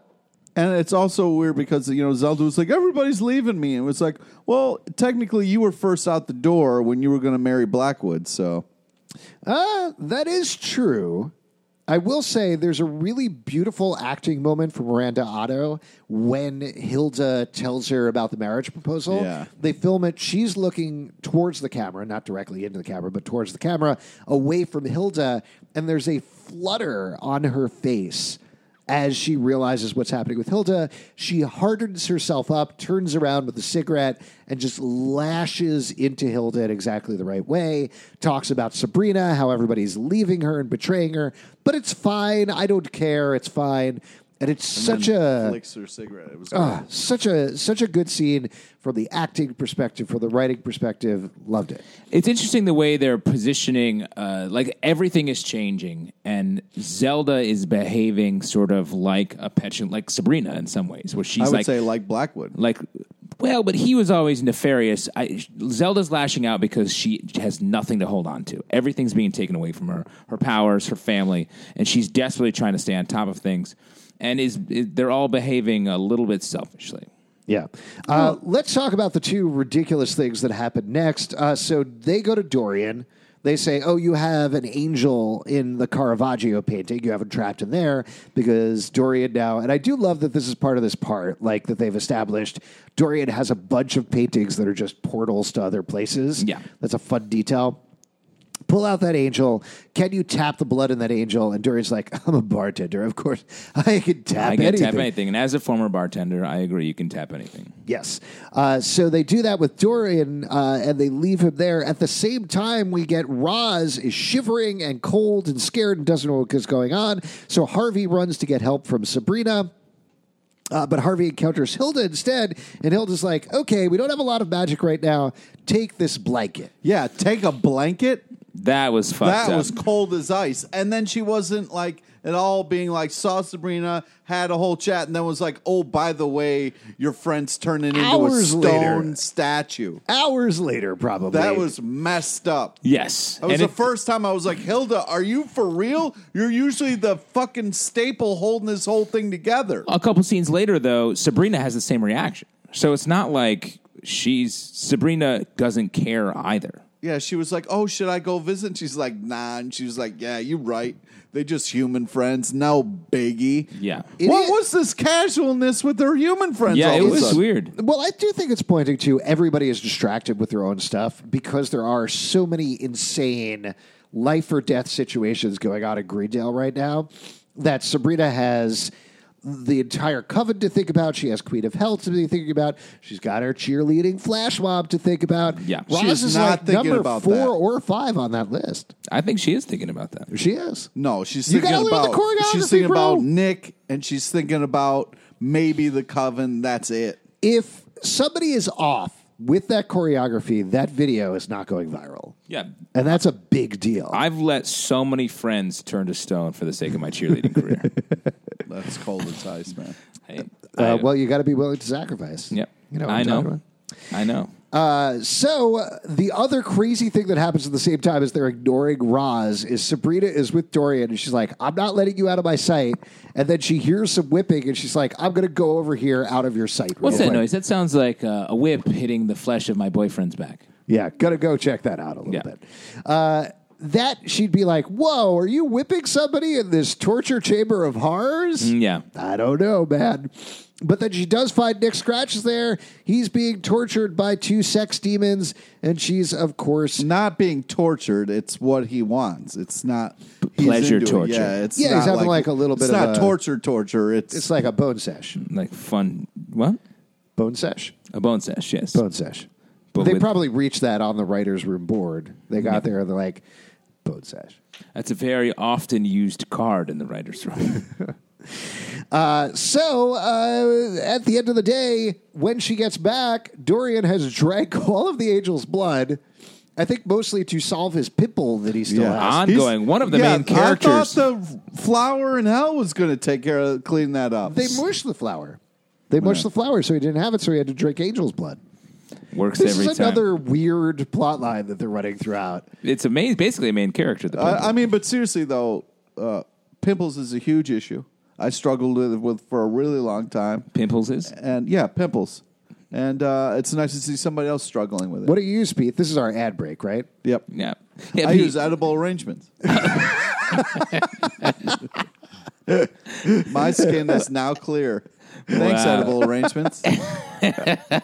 and it's also weird because, you know, Zelda was like, everybody's leaving me. And it was like, well, technically you were first out the door when you were going to marry Blackwood. So,
Uh, that is true. I will say there's a really beautiful acting moment from Miranda Otto when Hilda tells her about the marriage proposal.
Yeah.
They film it. She's looking towards the camera, not directly into the camera, but towards the camera, away from Hilda. And there's a flutter on her face as she realizes what's happening with Hilda. She hardens herself up, turns around with a cigarette, and just lashes into Hilda in exactly the right way. Talks about Sabrina, how everybody's leaving her and betraying her, but it's fine. I don't care. It's fine. and it's
And
such
then
a
flicks her cigarette. It was
ah,
great.
such a such a good scene from the acting perspective, from the writing perspective. Loved it.
It's interesting the way they're positioning. Uh, like everything is changing, and Zelda is behaving sort of like a petulant, like Sabrina in some ways, where
I
she's
would
like,
say like Blackwood.
like, well, but he was always nefarious. I, Zelda's lashing out because she has nothing to hold on to. Everything's being taken away from her, her powers, her family, and she's desperately trying to stay on top of things. And is, is they're all behaving a little bit selfishly.
Yeah. Uh, Let's talk about the two ridiculous things that happen next. Uh, so they go to Dorian. They say, Oh, you have an angel in the Caravaggio painting. You have him trapped in there because Dorian now, and I do love that this is part of this part, like that they've established Dorian has a bunch of paintings that are just portals to other places.
Yeah.
That's a fun detail. Pull out that angel. Can you tap the blood in that angel? And Dorian's like, I'm a bartender. Of course, I can tap
I can
anything.
tap anything, and as a former bartender, I agree you can tap anything.
Yes. Uh, so they do that with Dorian, uh, and they leave him there. At the same time, we get Roz is shivering and cold and scared and doesn't know what is going on. So Harvey runs to get help from Sabrina. Uh, but Harvey encounters Hilda instead, and Hilda's like, "Okay, we don't have a lot of magic right now. Take this blanket."
Yeah, take a blanket.
That was fucked
That
up.
was cold as ice. And then she wasn't like at all being like saw Sabrina had a whole chat and then was like, oh by the way, your friend's turning into a
Hours
stone
later.
statue.
Hours later, probably
That was messed up.
yes.
That was
And
the
it-
first time I was like, Hilda, are you for real? You're usually the fucking staple holding this whole thing together.
a couple scenes later, though, Sabrina has the same reaction. So it's not like she's Sabrina doesn't care either.
Yeah, she was like, "Oh, should I go visit?" And she's like, "Nah," and she was like, "Yeah, you're right. They just human friends, no biggie."
Yeah.
It
what
is-
was this casualness with their human friends?
yeah,
all
it
of a
was
sudden?
weird.
Well, I do think it's pointing to everybody is distracted with their own stuff because there are so many insane life or death situations going on in Greendale right now that Sabrina has the entire coven to think about. She has Queen of Health to be thinking about. She's got her cheerleading flash mob to think about.
Yeah.
Roz
She is
is
not
like
thinking
number
about
four
that.
or five on that list.
I think she is thinking about that.
She is.
No, she's
You
thinking
gotta learn the
about she's
choreography,
thinking
bro.
about Nick, and she's thinking about maybe the coven. That's it.
If somebody is off with that choreography, that video is not going viral.
Yeah.
And that's a big deal.
I've let so many friends turn to stone for the sake of my cheerleading career.
That's cold as ice, man.
Hey,
Uh,
I-
well, you got to be willing to sacrifice.
yep.
You know what
I
I'm talking
know. I know.
about. Uh, so uh, the other crazy thing that happens at the same time as they're ignoring Roz is Sabrina is with Dorian and she's like, "I'm not letting you out of my sight." And then she hears some whipping and she's like, "I'm going to go over here out of your sight." real
What's that
quick."
noise? That sounds like uh, a whip hitting the flesh of my boyfriend's back.
Yeah, gotta go check that out a little
Yeah.
bit. Uh, that she'd be like, "Whoa, are you whipping somebody in this torture chamber of horrors?"
Yeah.
I don't know, man. But then she does find Nick Scratch is there. He's being tortured by two sex demons, and she's, of course,
Not being tortured. It's what he wants. It's not he's
Pleasure
into it.
torture.
Yeah, it's
Yeah,
not
he's having, like, a little bit
It's
of
not
a-
torture. Torture. It's,
it's like a bone sesh.
Like fun. What?
Bone sesh?
A bone sash, yes.
Bone sesh.
But
they
with-
probably reached that on the writer's room board. They got there and they're like, bone sesh.
That's a very often used card in the writer's room.
So uh, at the end of the day, when she gets back, Dorian has drank all of the angel's blood. I think mostly to solve his pimple that he still
Yeah.
has.
Ongoing. One of the main
I
characters-
thought the flower in hell was going to take care of clean that up.
They mush the flower. They mush the flower, so he didn't have it, so he had to drink angel's blood.
Works
This
every
is
time.
another weird plot line that they're running throughout.
It's a main, basically a main character.
Uh,
The
I, I mean, but seriously though, uh, pimples is a huge issue. I struggled with, with for a really long time,
pimples is.
and yeah, pimples. And uh, it's nice to see somebody else struggling with it.
What do you use, Pete? This is our ad break, right?
Yep.
Yeah, yeah.
I
Pete,
use edible arrangements. My skin is now clear. Thanks,
Wow.
edible arrangements.
uh,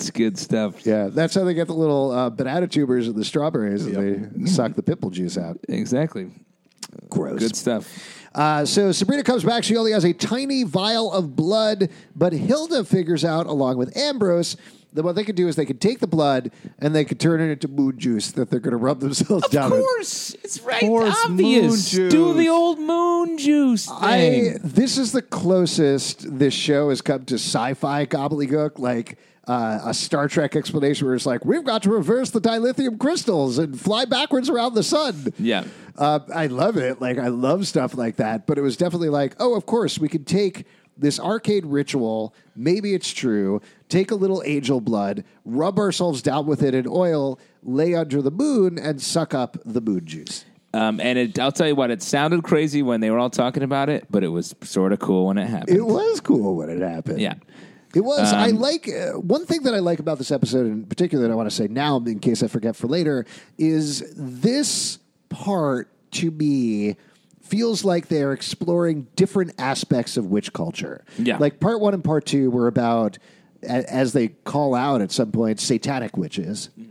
it's good stuff.
Yeah, that's how they get the little uh, banana tubers and the strawberries,
Mm-hmm.
and they suck the pimple juice out.
Exactly.
Gross.
Good stuff.
Uh, so Sabrina comes back. She only has a tiny vial of blood, but Hilda figures out, along with Ambrose, the, what they could do is they could take the blood and they could turn it into moon juice that they're going to rub themselves
Of
down. with.
course, it's right
course,
obvious.
moon
Do
juice.
the old moon juice
I
thing.
this is the closest this show has come to sci-fi gobbledygook, like uh, a Star Trek explanation where it's like we've got to reverse the dilithium crystals and fly backwards around the sun.
yeah,
Uh, I love it. Like I love stuff like that. But it was definitely like, oh, of course we could take this arcade ritual. Maybe it's true. Take a little angel blood, rub ourselves down with it in oil, lay under the moon, and suck up the moon juice.
um, and it, I'll tell you what, it sounded crazy when they were all talking about it, but it was sort of cool when it happened.
It was cool when it happened.
Yeah.
It was. I like uh, one thing that I like about this episode in particular that I want to say now, in case I forget for later, is this part to me feels like they are exploring different aspects of witch culture.
Yeah.
Like part one and part two were about, a- as they call out at some point, satanic witches.
Mm-hmm.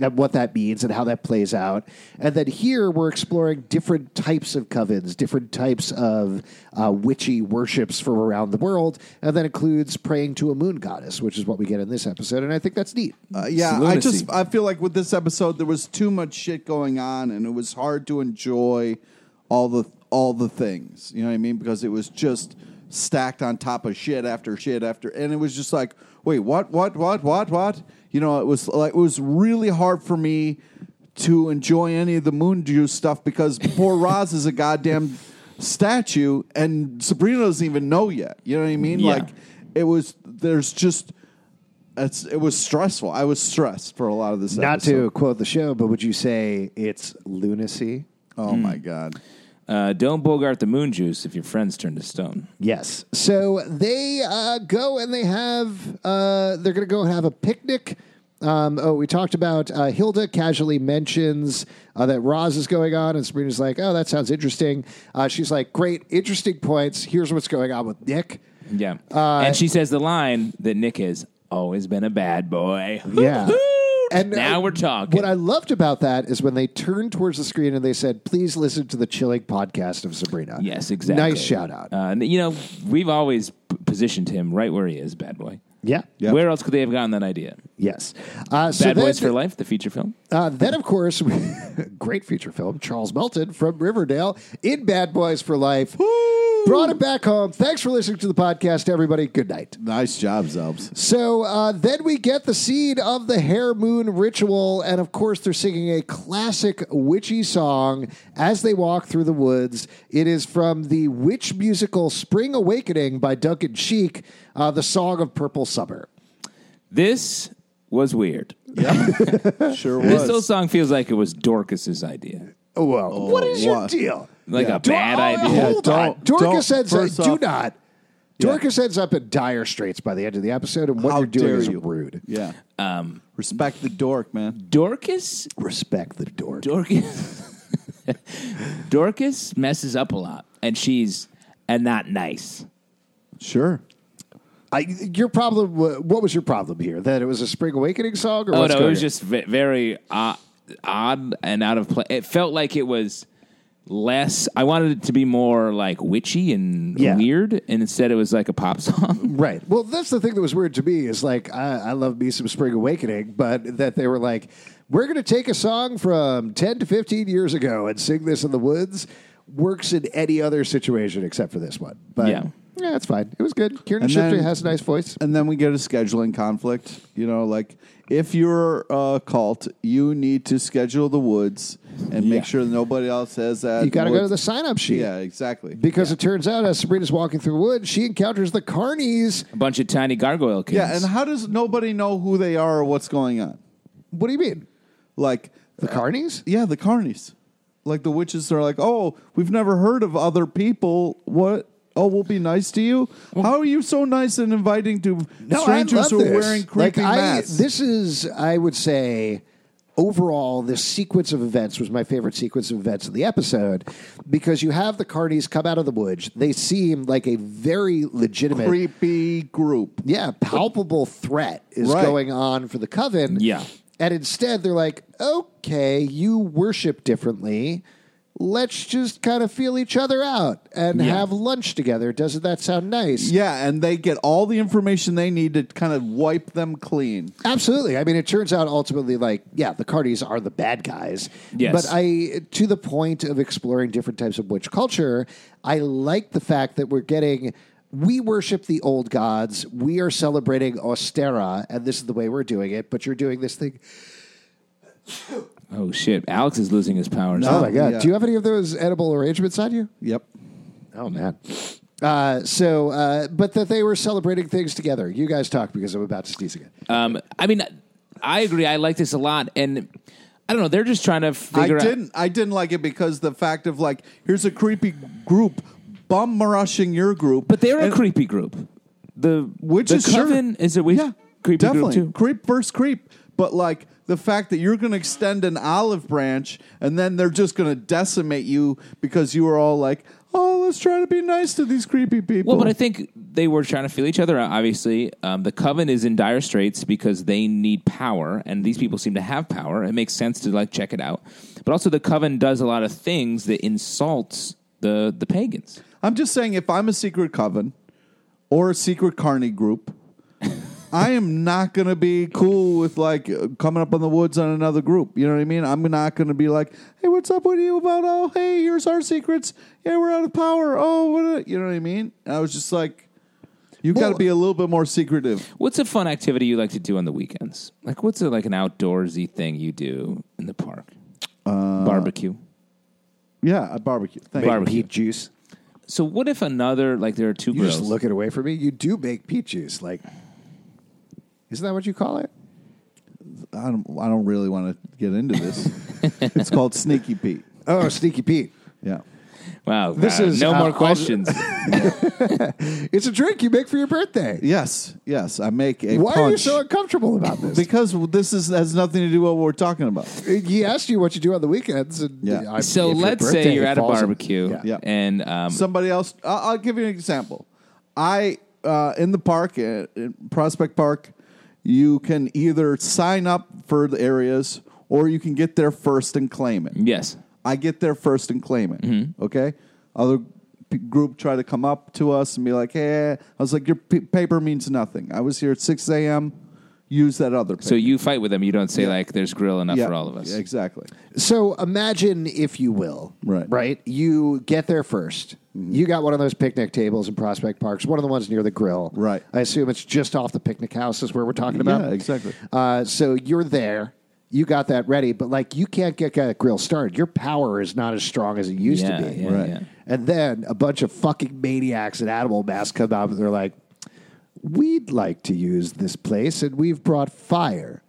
And what that means and how that plays out. And then here we're exploring different types of covens, different types of uh, witchy worships from around the world. And that includes praying to a moon goddess, which is what we get in this episode. And I think that's neat.
Uh, yeah, I
Lunacy.
just I feel like with this episode there was too much shit going on and it was hard to enjoy all the all the things. You know what I mean? Because it was just stacked on top of shit after shit after and it was just like, wait, what what what what what? You know, it was like it was really hard for me to enjoy any of the moon juice stuff because poor Roz is a goddamn statue and Sabrina doesn't even know yet. You know what I mean?
Yeah.
Like it was there's just it's, it was stressful. I was stressed for a lot of this.
Not
episode.
to quote the show, but would you say it's lunacy?
Oh
Mm.
my god!
Uh, don't bogart the moon juice if your friends turn to stone.
Yes. So they uh, go and they have uh, they're going to go have a picnic. Um, oh, we talked about uh, Hilda casually mentions uh, that Roz is going on, and Sabrina's like, "Oh, that sounds interesting." Uh, she's like, "Great, interesting points. Here's what's going on with Nick."
Yeah,
Uh,
and she says the line that Nick has always been a bad boy.
Yeah.
and now
uh,
we're talking.
What I loved about that is when they turned towards the screen and they said, "Please listen to the chilling podcast of Sabrina."
yes, exactly.
Nice shout out.
Uh, and, you know, we've always p- positioned him right where he is, bad boy.
yeah.
Yep.
Where else could they have gotten that idea?
Yes. Uh, so
Bad
then-
Boys for Life, the feature film.
Uh, then, of course, great feature film, Charles Melton from Riverdale in Bad Boys for Life. Brought it back home. Thanks for listening to the podcast, everybody. Good night.
Nice job, Zelbs.
So uh, then we get the scene of the Hair Moon ritual, and of course they're singing a classic witchy song as they walk through the woods. It is from the witch musical Spring Awakening by Duncan Sheik, uh, the song of Purple Summer.
This was weird.
Sure
This
was.
whole song feels like it was Dorcas's idea,
Well, what is your
what?
deal?
like
Yeah.
a bad
Oh,
idea.
Hold
Yeah,
on.
don't-
Dorcas
don't-
ends up,
first
do
off-
not. Dorcas ends up in dire straits by the end of the episode, and what
How
you're doing
dare
is
you.
rude.
yeah. Um, Respect the dork, man.
Dorcas,
Respect the dork.
Dorcas, Dorcas messes up a lot, and she's and not nice.
Sure.
I, your problem. wa- What was your problem here? That it was a Spring Awakening song, or
Oh
what's
no, it
going
was
on?
just ve- very odd, odd and out of place. It felt like it was less. I wanted it to be more like witchy and
Yeah.
weird, and instead it was like a pop song.
right. Well, that's the thing that was weird to me is like I, I love me some Spring Awakening, but that they were like, we're going to take a song from ten to fifteen years ago and sing this in the woods. Works in any other situation except for this one, but yeah,
Yeah.
that's fine. It was good. Kieran
And
Shifter
then-
has a nice voice.
And then we get a scheduling conflict. You know, like if you're a cult, you need to schedule the woods and
Yeah.
make sure nobody else has that.
You got to go to
wood-
the sign up sheet.
Yeah, exactly.
Because it turns out, as Sabrina's walking through the woods, she encounters the carnies.
a bunch of tiny gargoyle kids.
yeah, and how does nobody know who they are or what's going on?
What do you mean?
Like
The carnies?
Yeah, the carnies. Like the witches are like, oh, we've never heard of other people. What? Oh, we'll be nice to you. How are you so nice and inviting to strangers who are wearing creepy
like,
masks?
I, this is, I would say, overall, this sequence of events was my favorite sequence of events of the episode because you have the carnies come out of the woods. They seem like a very legitimate,
creepy group.
yeah, palpable threat is
Right.
going on for the coven.
Yeah.
And instead, they're like, okay, you worship differently. let's just kind of feel each other out and
Yeah.
have lunch together. Doesn't that sound nice?
Yeah, and they get all the information they need to kind of wipe them clean.
Absolutely. I mean, it turns out ultimately, like, yeah, the Cardis are the bad guys.
Yes.
But I, to the point of exploring different types of witch culture, I like the fact that we're getting. We worship the old gods. We are celebrating Ostera, and this is the way we're doing it. But you're doing this thing.
Oh shit! Alex is losing his powers.
No.
Oh, my god!
yeah.
Do you have any of those edible arrangements on you?
Yep.
Oh man. Uh, so, uh, but that they were celebrating things together. You guys talk because I'm about to sneeze again.
Um, I mean, I agree. I like this a lot, and I don't know. They're just trying to
I
figure out.
didn't. I didn't like it because the fact of like, here's a creepy group bum rushing your group,
But they're a
and-
creepy group. The
Which
the
is sure.
coven is a we-
yeah,
creepy
definitely
group too.
creep versus creep. But like the fact that you're going to extend an olive branch and then they're just going to decimate you because you were all like, oh, let's try to be nice to these creepy people.
Well, but I think they were trying to feel each other out. Obviously, um, the coven is in dire straits because they need power, and these people seem to have power. It makes sense to like check it out, but also the coven does a lot of things that insults the the pagans.
I'm just saying, if I'm a secret coven or a secret carny group, I am not going to be cool with like uh, coming up on the woods on another group. You know what I mean? I'm not going to be like, hey, what's up with you about? Oh, hey, here's our secrets. Yeah, we're out of power. Oh, what? A, you know what I mean? I was just like, you've got
Well-
to be a little bit more secretive.
What's a fun activity you like to do on the weekends? Like, what's a, like an outdoorsy thing you do in the park?
Uh,
Barbecue.
Yeah, a barbecue. Thank you.
Barbecue.
Peach juice.
So, what if another like there are two
You
girls?
just look it away from me. You do make peach juice, like isn't that what you call it?
I don't. I don't really want to get into this. it's called Sneaky Pete.
Oh, sneaky Pete.
Yeah.
wow,
This
this
is,
is no
uh,
more
all-
questions.
It's a drink you make for your birthday.
Yes. Yes. I make a.
Why are you
punch.
so uncomfortable about this?
Because this is has nothing to do with what we're talking about.
he asked you what you do on the weekends. And
Yeah.
I-
so
if your
let's
birthday
say you're at a
falls in-
barbecue,
Yeah.
Yeah.
and um,
Somebody else. I'll, I'll give you an example. I uh, in the park uh, in Prospect Park, you can either sign up for the areas or you can get there first and claim it.
yes,
I get there first and claim it.
Mm-hmm.
Okay. Other p- group try to come up to us and be like, "Hey," I was like, "Your p- paper means nothing. I was here at six a.m. Use that other." Paper.
so you fight with them. You don't say like there's grill enough
yeah,
for all of us.
exactly.
So imagine, if you will,
Right. Mm-hmm.
right, you get there 1st You got one of those picnic tables in Prospect Parks, one of the ones near the grill.
Right.
I assume it's just off the picnic house is where we're talking about.
Yeah, exactly.
Uh, so you're there. You got that ready, but like you can't get that grill started. Your power is not as strong as it used
Yeah,
to be.
yeah, Right. yeah.
And then a bunch of fucking maniacs in animal masks come out and they're like, "We'd like to use this place, and we've brought fire."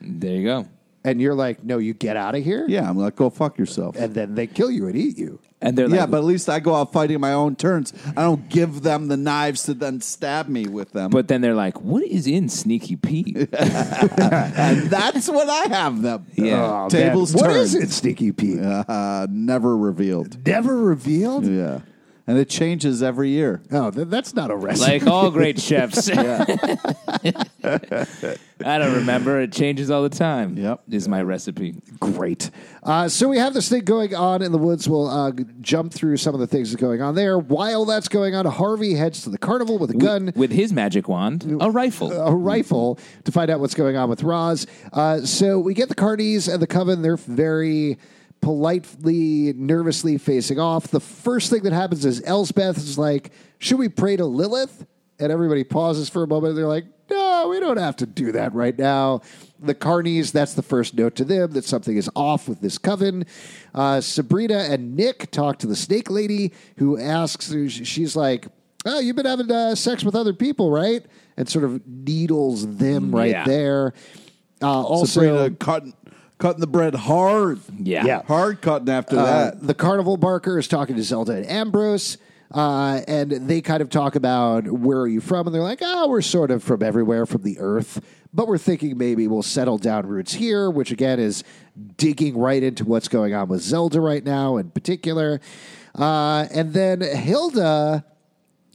There you go.
And you're like, "No, you get out of here."
Yeah, I'm like, "Go fuck yourself."
and then they kill you and eat you.
And they're like,
yeah, but at least I go out fighting my own turns. I don't give them the knives to then stab me with them.
but then they're like, what is in Sneaky Pete?
and that's what I have them.
Yeah.
Oh,
tables
man.
turned.
What is it, Sneaky Pete?
Uh, never revealed.
Never revealed?
Yeah, and it changes every year.
Oh, th- that's not a recipe.
like all great chefs. I don't remember. It changes all the time.
Yep.
is my recipe.
Great. Uh, so we have this thing going on in the woods. We'll uh, g- jump through some of the things that's going on there. While that's going on, Harvey heads to the carnival with a gun. Uh,
with his magic wand, a rifle.
a rifle to find out what's going on with Roz. Uh, so we get the Cardies and the Coven. They're very politely, nervously facing off. The first thing that happens is Elspeth is like, Should we pray to Lilith? And everybody pauses for a moment. They're like, No, we don't have to do that right now. The Carnies, that's the first note to them that something is off with this coven. Uh, Sabrina and Nick talk to the snake lady who asks, She's like, oh, you've been having uh, sex with other people, right? And sort of needles them right
yeah.
there. Uh, also,
Sabrina cutting, cutting the bread hard.
Yeah.
Yeah.
hard cutting after
uh,
that.
the carnival barker is talking to Zelda and Ambrose. Uh, and they kind of talk about where are you from, and they're like, "Oh, we're sort of from everywhere, from the Earth, but we're thinking maybe we'll settle down roots here." Which again is digging right into what's going on with Zelda right now, in particular. Uh, and then Hilda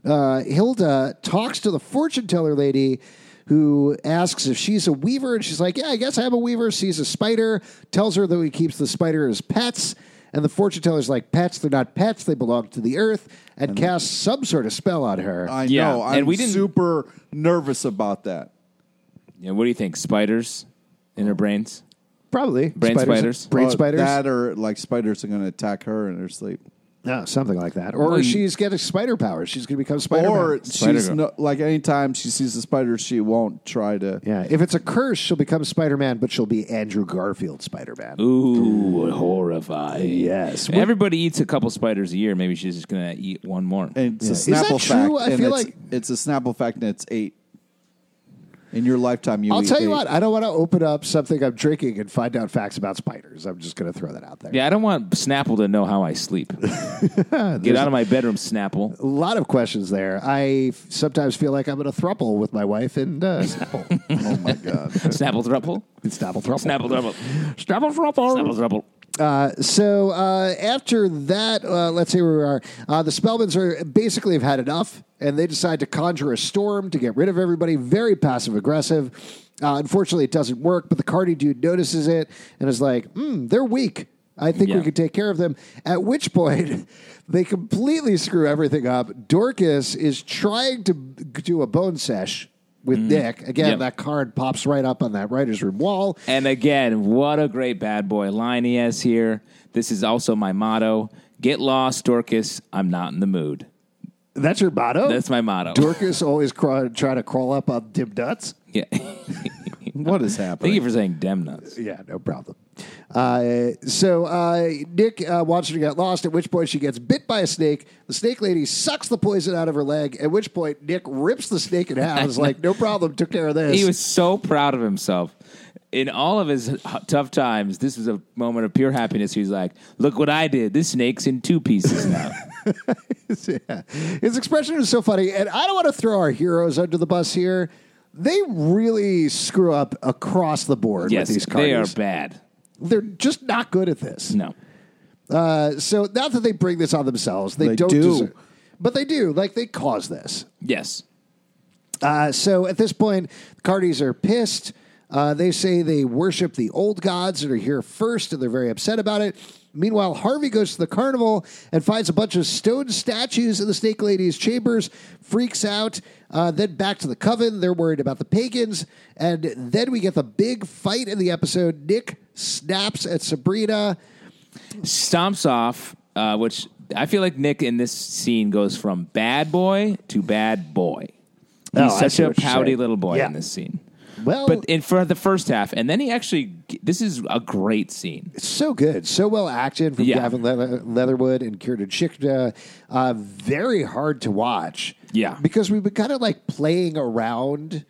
uh, Hilda talks to the fortune teller lady who asks if she's a weaver, and she's like, Yeah, I guess I'm a weaver. Sees a spider, tells her that he keeps the spider as pets. And the fortune teller's like, pets, they're not pets, they belong to the earth, and casts some sort of spell on her.
I
Yeah,
know.
and
I'm
we didn't-
super nervous about that.
Yeah, what do you think? Spiders in her brains?
Probably.
Brain spiders?
Brain
Well,
spiders?
Oh, That or like spiders are going to attack her in her sleep.
No, something like that. Or
Well,
she's getting spider powers. She's going to become spider
Or she's
Spider-Girl.
no, like anytime she sees a spider, she won't try to.
Yeah, if it's a curse, she'll become Spider Man, but she'll be Andrew Garfield Spider Man.
Ooh, horrifying.
Yes.
Everybody eats a couple spiders a year. Maybe she's just going to eat one more.
And it's
Yeah.
a
Is that
Snapple fact.
true? I
and
feel
it's,
like-
it's a Snapple fact, and it's eight. In your lifetime, you.
I'll
eat
tell you
eight.
what, I don't want to open up something I'm drinking and find out facts about spiders. I'm just going to throw that out there.
yeah, I don't want Snapple to know how I sleep. Get out of my bedroom, Snapple.
A lot of questions there. I f- sometimes feel like I'm in a thruple with my wife and uh, Snapple.
Oh my god!
Snapple thruple.
it's Snapple thruple.
Snapple thruple. Snapple thruple. Snapple thruple.
Uh, so uh, after that, uh, let's see where we are. Uh, the Spellmans are basically have had enough, and they decide to conjure a storm to get rid of everybody. Very passive aggressive. Uh, unfortunately, it doesn't work, but the Cardi dude notices it and is like, hmm, they're weak. I think
Yeah.
we could take care of them. At which point, they completely screw everything up. Dorcas is trying to b- do a bone sesh with
Mm-hmm.
Nick. Again,
Yep.
that card pops right up on that writer's room wall.
And again, what a great bad boy line he has here. This is also my motto Get lost, Dorcas. I'm not in the mood.
That's your motto?
That's my motto.
Dorcas always cr- try to crawl up on dim nuts.
yeah.
What is
Thank you
happening?
for saying dem nuts.
Yeah, no problem. Uh, so uh, Nick uh, wants her to get lost, at which point she gets bit by a snake. The snake lady sucks the poison out of her leg, at which point Nick rips the snake in half. It's like, no problem, took care of this.
He was so proud of himself. In all of his h- tough times, this was a moment of pure happiness. He's like, "Look what I did! This snake's in two pieces now."
Yeah. His expression is so funny, and I don't want to throw our heroes under the bus here. They really screw up across the board
yes,
with these
they are
cards.
bad.
They're just not good at this.
No,
Uh, so not that they bring this on themselves, they,
They
don't
do.
deserve- but they do. Like they cause this.
yes,
Uh, so at this point, the Cardis are pissed. Uh, they say they worship the old gods that are here first, and they're very upset about it. Meanwhile, Harvey goes to the carnival and finds a bunch of stone statues in the Snake Lady's chambers, freaks out. Uh, then back to the coven. They're worried about the pagans. And then we get the big fight in the episode. Nick snaps at Sabrina.
stomps off. Uh, which I feel like Nick in this scene goes from bad boy to bad boy.
Oh,
He's
I
such
see
a
what you're
pouty
saying.
little boy
Yeah.
in this scene.
Well,
But in for the first half, and then he actually. This is a great scene.
so good, so well acted from
Yeah.
Gavin Leather- Leatherwood and Kieran Shikda. Uh, very hard to watch.
Yeah.
because we've been kind of like playing around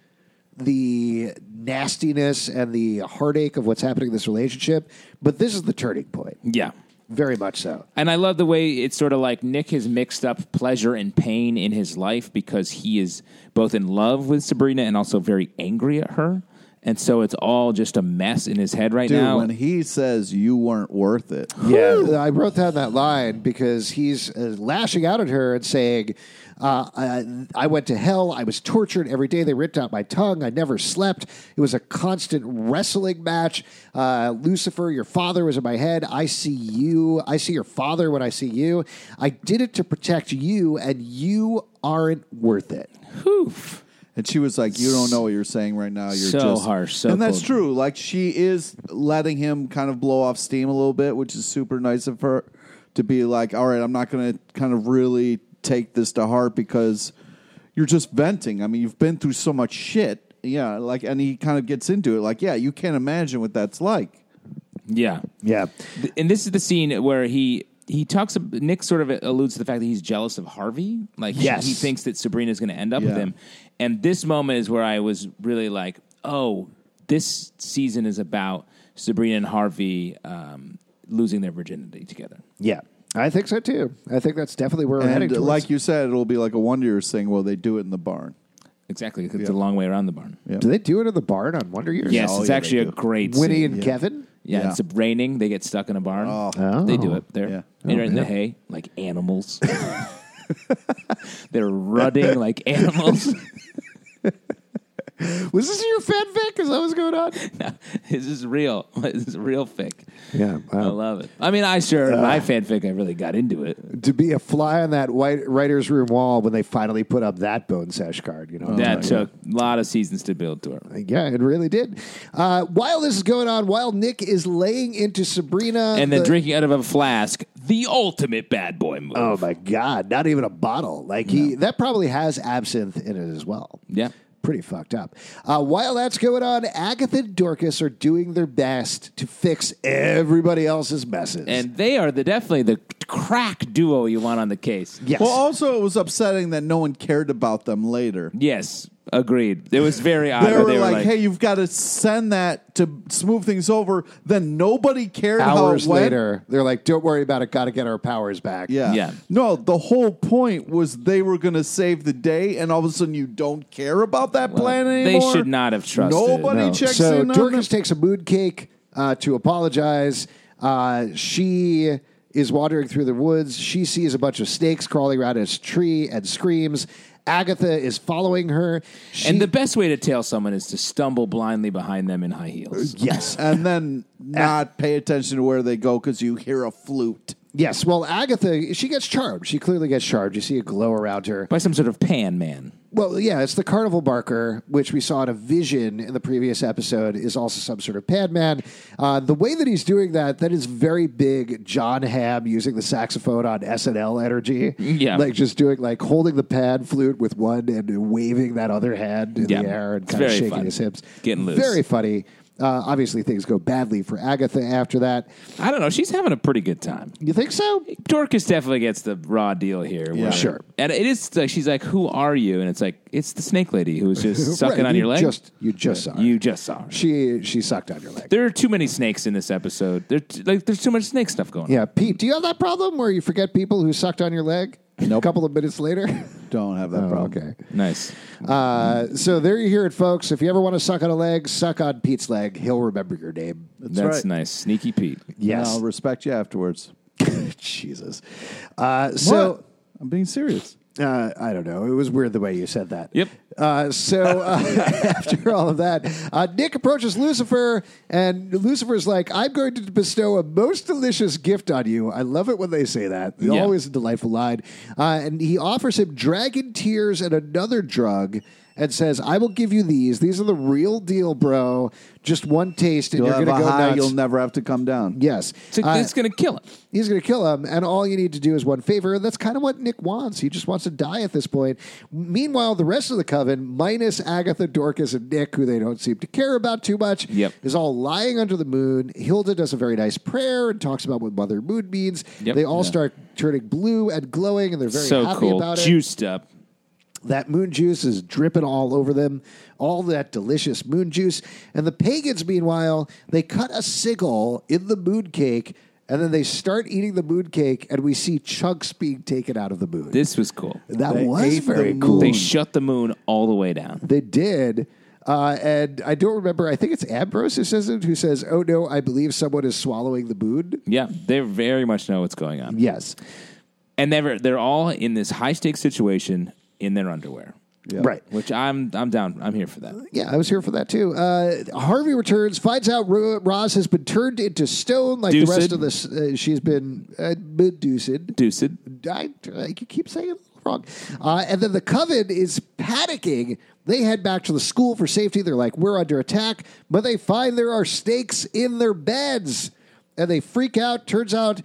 the nastiness and the heartache of what's happening in this relationship, but this is the turning point.
Yeah.
Very much so.
And I love the way it's sort of like Nick has mixed up pleasure and pain in his life because he is both in love with Sabrina and also very angry at her. And so it's all just a mess in his head right
Dude,
now.
when he says you weren't worth it,
Yeah, I wrote down that line because he's uh, lashing out at her and saying, uh, I, "I went to hell. I was tortured every day. They ripped out my tongue. I never slept. It was a constant wrestling match. Uh, Lucifer, your father was in my head. I see you. I see your father when I see you. I did it to protect you, and you aren't worth it."
Poof.
and she was like, "You don't know what you're saying right now. You're
So
just
harsh, so
and that's
cold.
true. Like she is letting him kind of blow off steam a little bit, which is super nice of her to be like, "All right, I'm not going to kind of really take this to heart because you're just venting. I mean, you've been through so much shit." Yeah, like, and he kind of gets into it. Like, yeah, you can't imagine what that's like.
Yeah.
Yeah,
Th- And this is the scene where he. He talks. ab- Nick sort of alludes to the fact that he's jealous of Harvey. Like he-
Yes.
he thinks that Sabrina's going to end up with
Yeah.
him. And this moment is where I was really like, "Oh, this season is about Sabrina and Harvey um, losing their virginity together."
yeah, I think so too. I think that's definitely where we're heading.
And uh,
Towards.
like you said, it'll be like a Wonder Years thing. Well, they do it in the barn.
Exactly. It's a long way around the barn.
Yeah.
do they do it in the barn on Wonder Years?
Yes,
Oh,
it's
yeah,
actually a
they do.
great
Winnie
scene.
and Kevin.
yeah,
Yeah.
it's raining. They get stuck in a barn.
Oh.
They do it. They're,
Yeah.
they're in the hay like animals. they're rutting like animals.
Was this your fanfic? Is that what's going on?
No, this is real. This is real fic.
Yeah,
I
wow.
love it. I mean, I sure
Uh,
in my fanfic. I really got into it.
oh
to be a fly on that white writer's room wall when they finally put up that bone sesh card, you know
that took a lot of seasons to build to.
Yeah, it really did. Uh, while this is going on, while Nick is laying into Sabrina,
And then
the-
drinking out of a flask, the ultimate bad boy move.
Oh my god, not even a bottle. Like he, that probably has absinthe in it as well.
Yeah.
pretty fucked up. Uh, while that's going on, Agatha and Dorcas are doing their best to fix everybody else's messes.
And they are the definitely the crack duo you want on the case.
yes,
Well, also it was upsetting that no one cared about them later.
Yes, agreed. It was very odd.
They,
that
were, like, "Hey, you've got to send that to smooth things over." Then nobody cared
hours
how it went.
later, they're like, "Don't worry about it. Got to get our powers back."
Yeah.
Yeah.
No, the whole point was they were going to save the day, and all of a sudden you don't care about that plan
"Uh, they
anymore.
should not have trusted.
Nobody
no.
checks
so
in. on
Dorcas
them.
takes a mood cake uh, to apologize. Uh, she is wandering through the woods. She sees a bunch of snakes crawling around this tree and screams. Agatha is following her. She,
And the best way to tail someone is to stumble blindly behind them in high heels.
yes, Uh,
and then not pay attention to where they go because you hear a flute.
yes. Well, Agatha, she gets charmed. She clearly gets charmed. You see a glow around her.
By some sort of pan man.
Well, yeah, it's the carnival barker, which we saw in a vision in the previous episode, is also some sort of padman. Uh, the way that he's doing that, that is very big John Hamm using the saxophone on SNL energy.
Yeah.
Like just doing, like holding the pad flute with one and waving that other hand in
Yeah.
the air and
It's
kind of
very
shaking
fun.
his hips.
Getting loose.
Very funny. Uh, obviously, things go badly for Agatha after that.
I don't know. She's having a pretty good time.
You think so?
Dorcas definitely gets the raw deal here. where-
Sure.
And it is like she's like, "Who are you?" And it's like, "It's the snake lady who was just sucking
Right,
on
you
your leg."
Just, you just saw her.
you just saw her.
she, she sucked on your leg.
There are too many snakes in this episode. There, like, there's too much snake stuff going. on.
Yeah, Pete, do you have that problem where you forget people who sucked on your leg a
Nope.
couple of minutes later?
Don't have
Oh,
that problem.
okay.
Nice.
Uh, so there you hear it, folks. If you ever want to suck on a leg, suck on Pete's leg. He'll remember your name.
That's,
right.
nice. Sneaky Pete.
And I'll respect you afterwards.
Jesus. Uh, so
What? I'm being serious.
uh, I don't know. It was weird the way you said that.
Yep.
Uh, so uh, after all of that, uh, Nick approaches Lucifer, and Lucifer's like, "I'm going to bestow a most delicious gift on you." I love it when they say that.
Yeah.
Always a delightful line. Uh, and he offers him dragon tears and another drug. And says, "I will give you these. These are the real deal, bro. Just one taste, and
You'll
you are
have a
gonna go
high.
nuts.
You'll never have to come down.
yes,
So
Uh,
it's gonna kill him.
He's going to kill him, and all you need to do is one favor. And that's kind of what Nick wants. He just wants to die at this point. Meanwhile, the rest of the coven, minus Agatha, Dorcas, and Nick, who they don't seem to care about too much,
Yep.
is all lying under the moon. Hilda does a very nice prayer and talks about what Mother Moon means.
Yep.
They all start turning blue and glowing, and they're very
so
happy
cool.
about it.
Juiced up.
That moon juice is dripping all over them, all that delicious moon juice. And the pagans, meanwhile, they cut a sigil in the moon cake, and then they start eating the moon cake, and we see chunks being taken out of the moon.
This was cool.
that
They
was
ate the
very
moon.
cool.
They shut the moon all the way down.
They did. Uh, and I don't remember. I think it's Ambrose who says it, who says, "Oh no, I believe someone is swallowing the moon."
Yeah, they very much know what's going on.
Yes,
And they're they're all in this high stakes situation in their underwear.
Yeah.
right.
Which I'm I'm down. I'm here for that.
Yeah, I was here for that too. Uh, Harvey returns, finds out Ro- Roz has been turned into stone, like the
Deuced.
rest of this. Uh, she's been uh, meduced.
Deuced.
I, I- you keep saying it wrong. Uh, and then the coven is panicking. They head back to the school for safety. They're like, we're under attack, but they find there are snakes in their beds. And they freak out. Turns out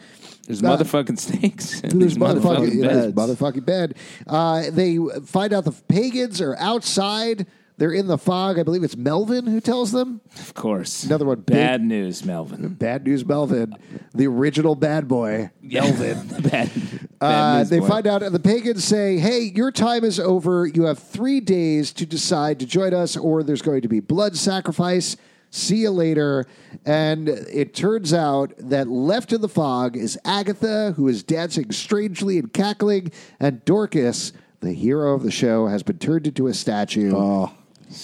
There's
Uh,
motherfucking snakes. in
there's
these
motherfucking,
motherfucking
yeah, there's
beds.
motherfucking bed. Uh, they find out the pagans are outside. They're in the fog. I believe it's Melvin who tells them.
Of course.
Another one, big-
Bad news, Melvin.
Bad news, Melvin, the original bad boy.
Melvin. bad. bad
Uh,
news
they
boy.
find out, and the pagans say, "Hey, your time is over. You have three days to decide to join us, or there's going to be blood sacrifice. See you later." And it turns out that left in the fog is Agatha, who is dancing strangely and cackling, and Dorcas, the hero of the show, has been turned into a statue. Oh.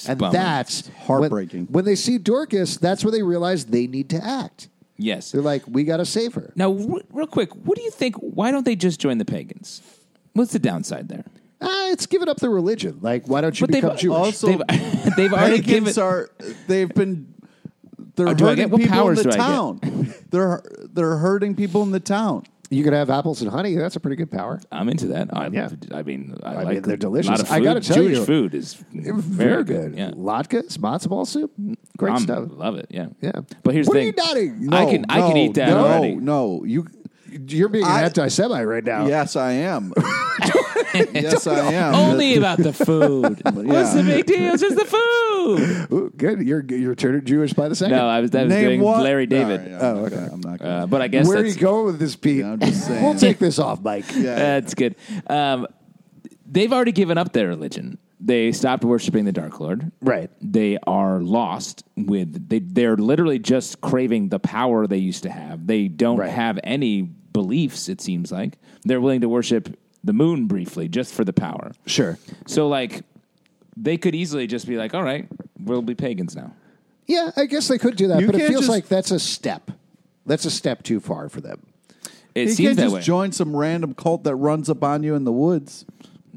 And
bummer.
that's
heartbreaking.
When, when they see Dorcas, that's when they realize they need to act.
Yes.
They're like, "We got to save her."
Now, w- real quick, what do you think? Why don't they just join the pagans? What's the downside there?
Ah, it's giving up the religion. Like, why don't you
But they've
become Jewish?
also-
they've, they've already given.
pagans are they've been they're
Oh, do I
hurting
get- what
people
powers
in
do
the
I get?
town. they're they're hurting people in the town.
you could have apples and honey. That's a pretty good power.
I'm into that. I,
Yeah.
I mean, I,
mean,
like
they're delicious.
A lot of food.
I gotta tell
Jewish
you,
food is
Very
very
good.
Yeah.
Latkes, matzo ball soup, great
I'm-
stuff.
Love it. Yeah.
Yeah.
But here's
What
the
are you
thing.
nodding?
I
No,
can I can
no,
eat that
no,
already.
No, you.
You're being an
I-
anti-Semite right now.
Yes, I am. yes, I am.
Only about the food. What's the big deal? It's just the food.
Ooh, good. You're you're turning Jewish by the second.
No, I was that was
Name
doing
what?
Larry
No,
David.
yeah, I'm not gonna- I'm not gonna.
Uh, but I guess
Where are
that's,
you going with this, Pete?
I'm just saying.
we'll take this off, Mike.
yeah.
That's good. Um, they've already given up their religion. They stopped worshiping the Dark Lord.
Right.
They are lost with they. They're literally just craving the power they used to have. They don't
Right.
have any beliefs. It seems like they're willing to worship the moon briefly just for the power.
Sure.
So like, they could easily just be like, "All right, we'll be pagans now."
Yeah, I guess they could do that,
You
but it
can't
feels
just-
like that's a step. That's a step too far for them.
It
you
seems
can't
that
just
way.
join some random cult that runs up on you in the woods.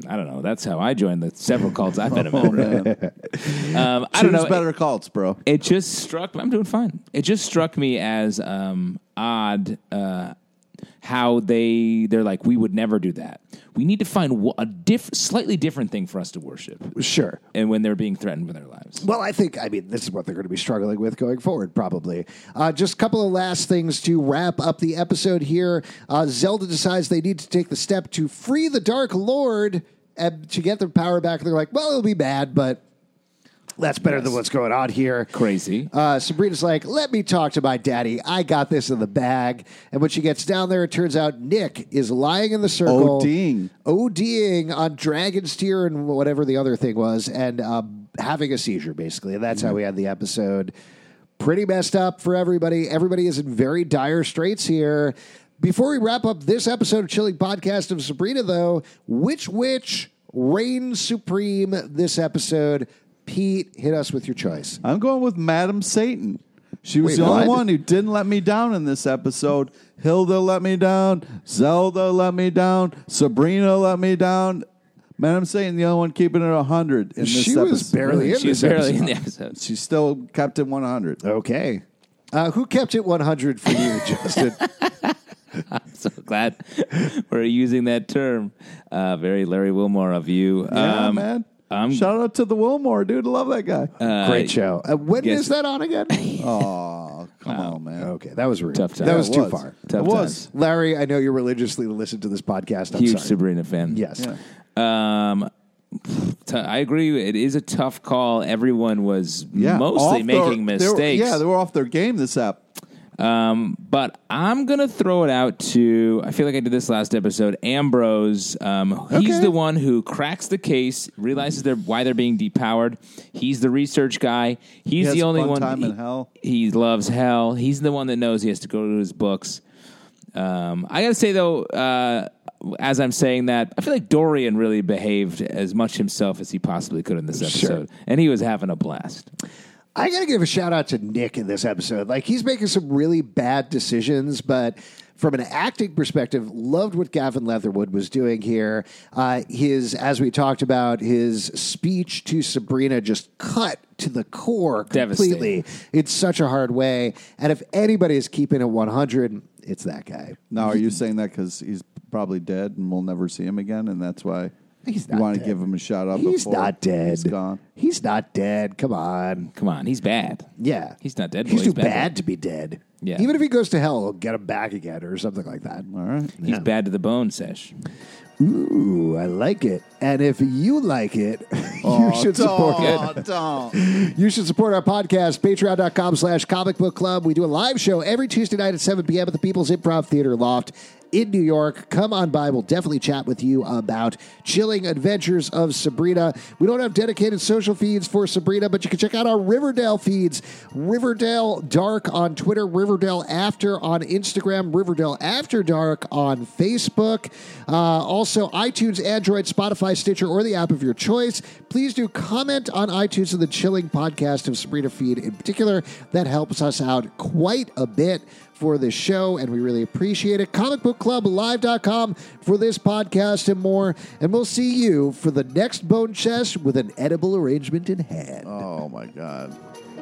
I don't know. That's how I joined the several cults I've been a member
Oh,
of. Um, I don't
Choose
know.
better cults, bro.
It just struck me. I'm doing fine. It just struck me as um, odd uh, how they they're like we would never do that. We need to find wha- a diff- slightly different thing for us to worship.
Sure.
And when they're being threatened with their lives,
Well, I think, I mean, this is what they're going to be struggling with going forward, probably. Uh, just a couple of last things to wrap up the episode here. Uh, Zelda decides they need to take the step to free the Dark Lord and to get their power back. They're like, well, it'll be bad, but that's better than what's going on here.
crazy.
Uh, Sabrina's like, let me talk to my daddy. I got this in the bag. And when she gets down there, it turns out Nick is lying in the circle.
ODing.
ODing on Dragon's Tear and whatever the other thing was, and um, having a seizure, basically. And that's how we had the episode. Pretty messed up for everybody. Everybody is in very dire straits here. Before we wrap up this episode of Chilling Podcast of Sabrina, though, which witch reigns supreme this episode? Pete, hit us with your choice.
I'm going with Madam Satan. She was
Wait,
the only
what?
one who didn't let me down in this episode. Hilda let me down. Zelda let me down. Sabrina let me down. Madam Satan, the only one keeping it 100 in this
She
episode.
was barely in
she was
this
barely
episode.
in the episode.
She still kept it 100.
Okay. Uh, who kept it 100 for you, Justin?
So glad we're using that term. Uh, very Larry Wilmore of you.
Yeah,
Um,
man.
I'm-
Shout out to the Wilmore, dude. Love that guy.
Great show. Uh, when
guess-
is that on again?
oh, come on, man.
okay, that was rude.
Tough time.
That
Yeah,
was
it
too far.
Tough
it was.
Larry, I know you religiously listen to this podcast. I'm
Huge
sorry.
Sabrina fan.
Yes.
Yeah.
Um, t- I agree. It is a tough call. Everyone was
Yeah,
mostly
off
making
their- they were-
mistakes.
yeah, they were off their game this app.
um, but I'm gonna throw it out to. I feel like I did this last episode. Ambrose. Um, he's
Okay.
the one who cracks the case, realizes they're why they're being depowered. He's the research guy. He's
has
the
a
only
fun
one.
time
he,
in hell.
he loves hell. He's the one that knows he has to go to his books. Um, I gotta say though, uh, as I'm saying that, I feel like Dorian really behaved as much himself as he possibly could in this episode, and he was having a blast.
I got to give a shout out to Nick in this episode. Like, he's making some really bad decisions, but from an acting perspective, loved what Gavin Leatherwood was doing here. Uh, his, as we talked about, his speech to Sabrina just cut to the core completely.
Devastating.
It's such a hard way. And if anybody is keeping it 100, it's that guy.
Now, are you saying that because he's probably dead and we'll never see him again, and that's why
He's
you
not
want to
dead.
give him a shout out?
He's
before
not dead.
He's gone.
He's not dead. Come on.
Come on, he's bad.
Yeah.
He's not dead,
He's
boy. He's
too
bad,
bad,
boy.
to be dead.
Yeah.
Even if he goes to hell, he'll get him back again or something like that.
All right.
He's bad to the bone, Sesh.
Ooh, I like it. And if you like it, you should support it. You should support our podcast, patreon.com slash comic book club. We do a live show every Tuesday night at 7 p.m. at the People's Improv Theater Loft in New York. Come on by. We'll definitely chat with you about chilling adventures of Sabrina. We don't have dedicated social feeds for Sabrina, but you can check out our Riverdale feeds Riverdale Dark on Twitter, Riverdale After on Instagram, Riverdale After Dark on Facebook. Uh, also, iTunes, Android, Spotify, Stitcher, or the app of your choice. please do comment on iTunes and the chilling podcast of Sabrina Feed in particular. That helps us out quite a bit for this show, and we really appreciate it. ComicBookClubLive.com for this podcast and more. And we'll see you for the next Bone Chest with an edible arrangement in hand.
Oh my God.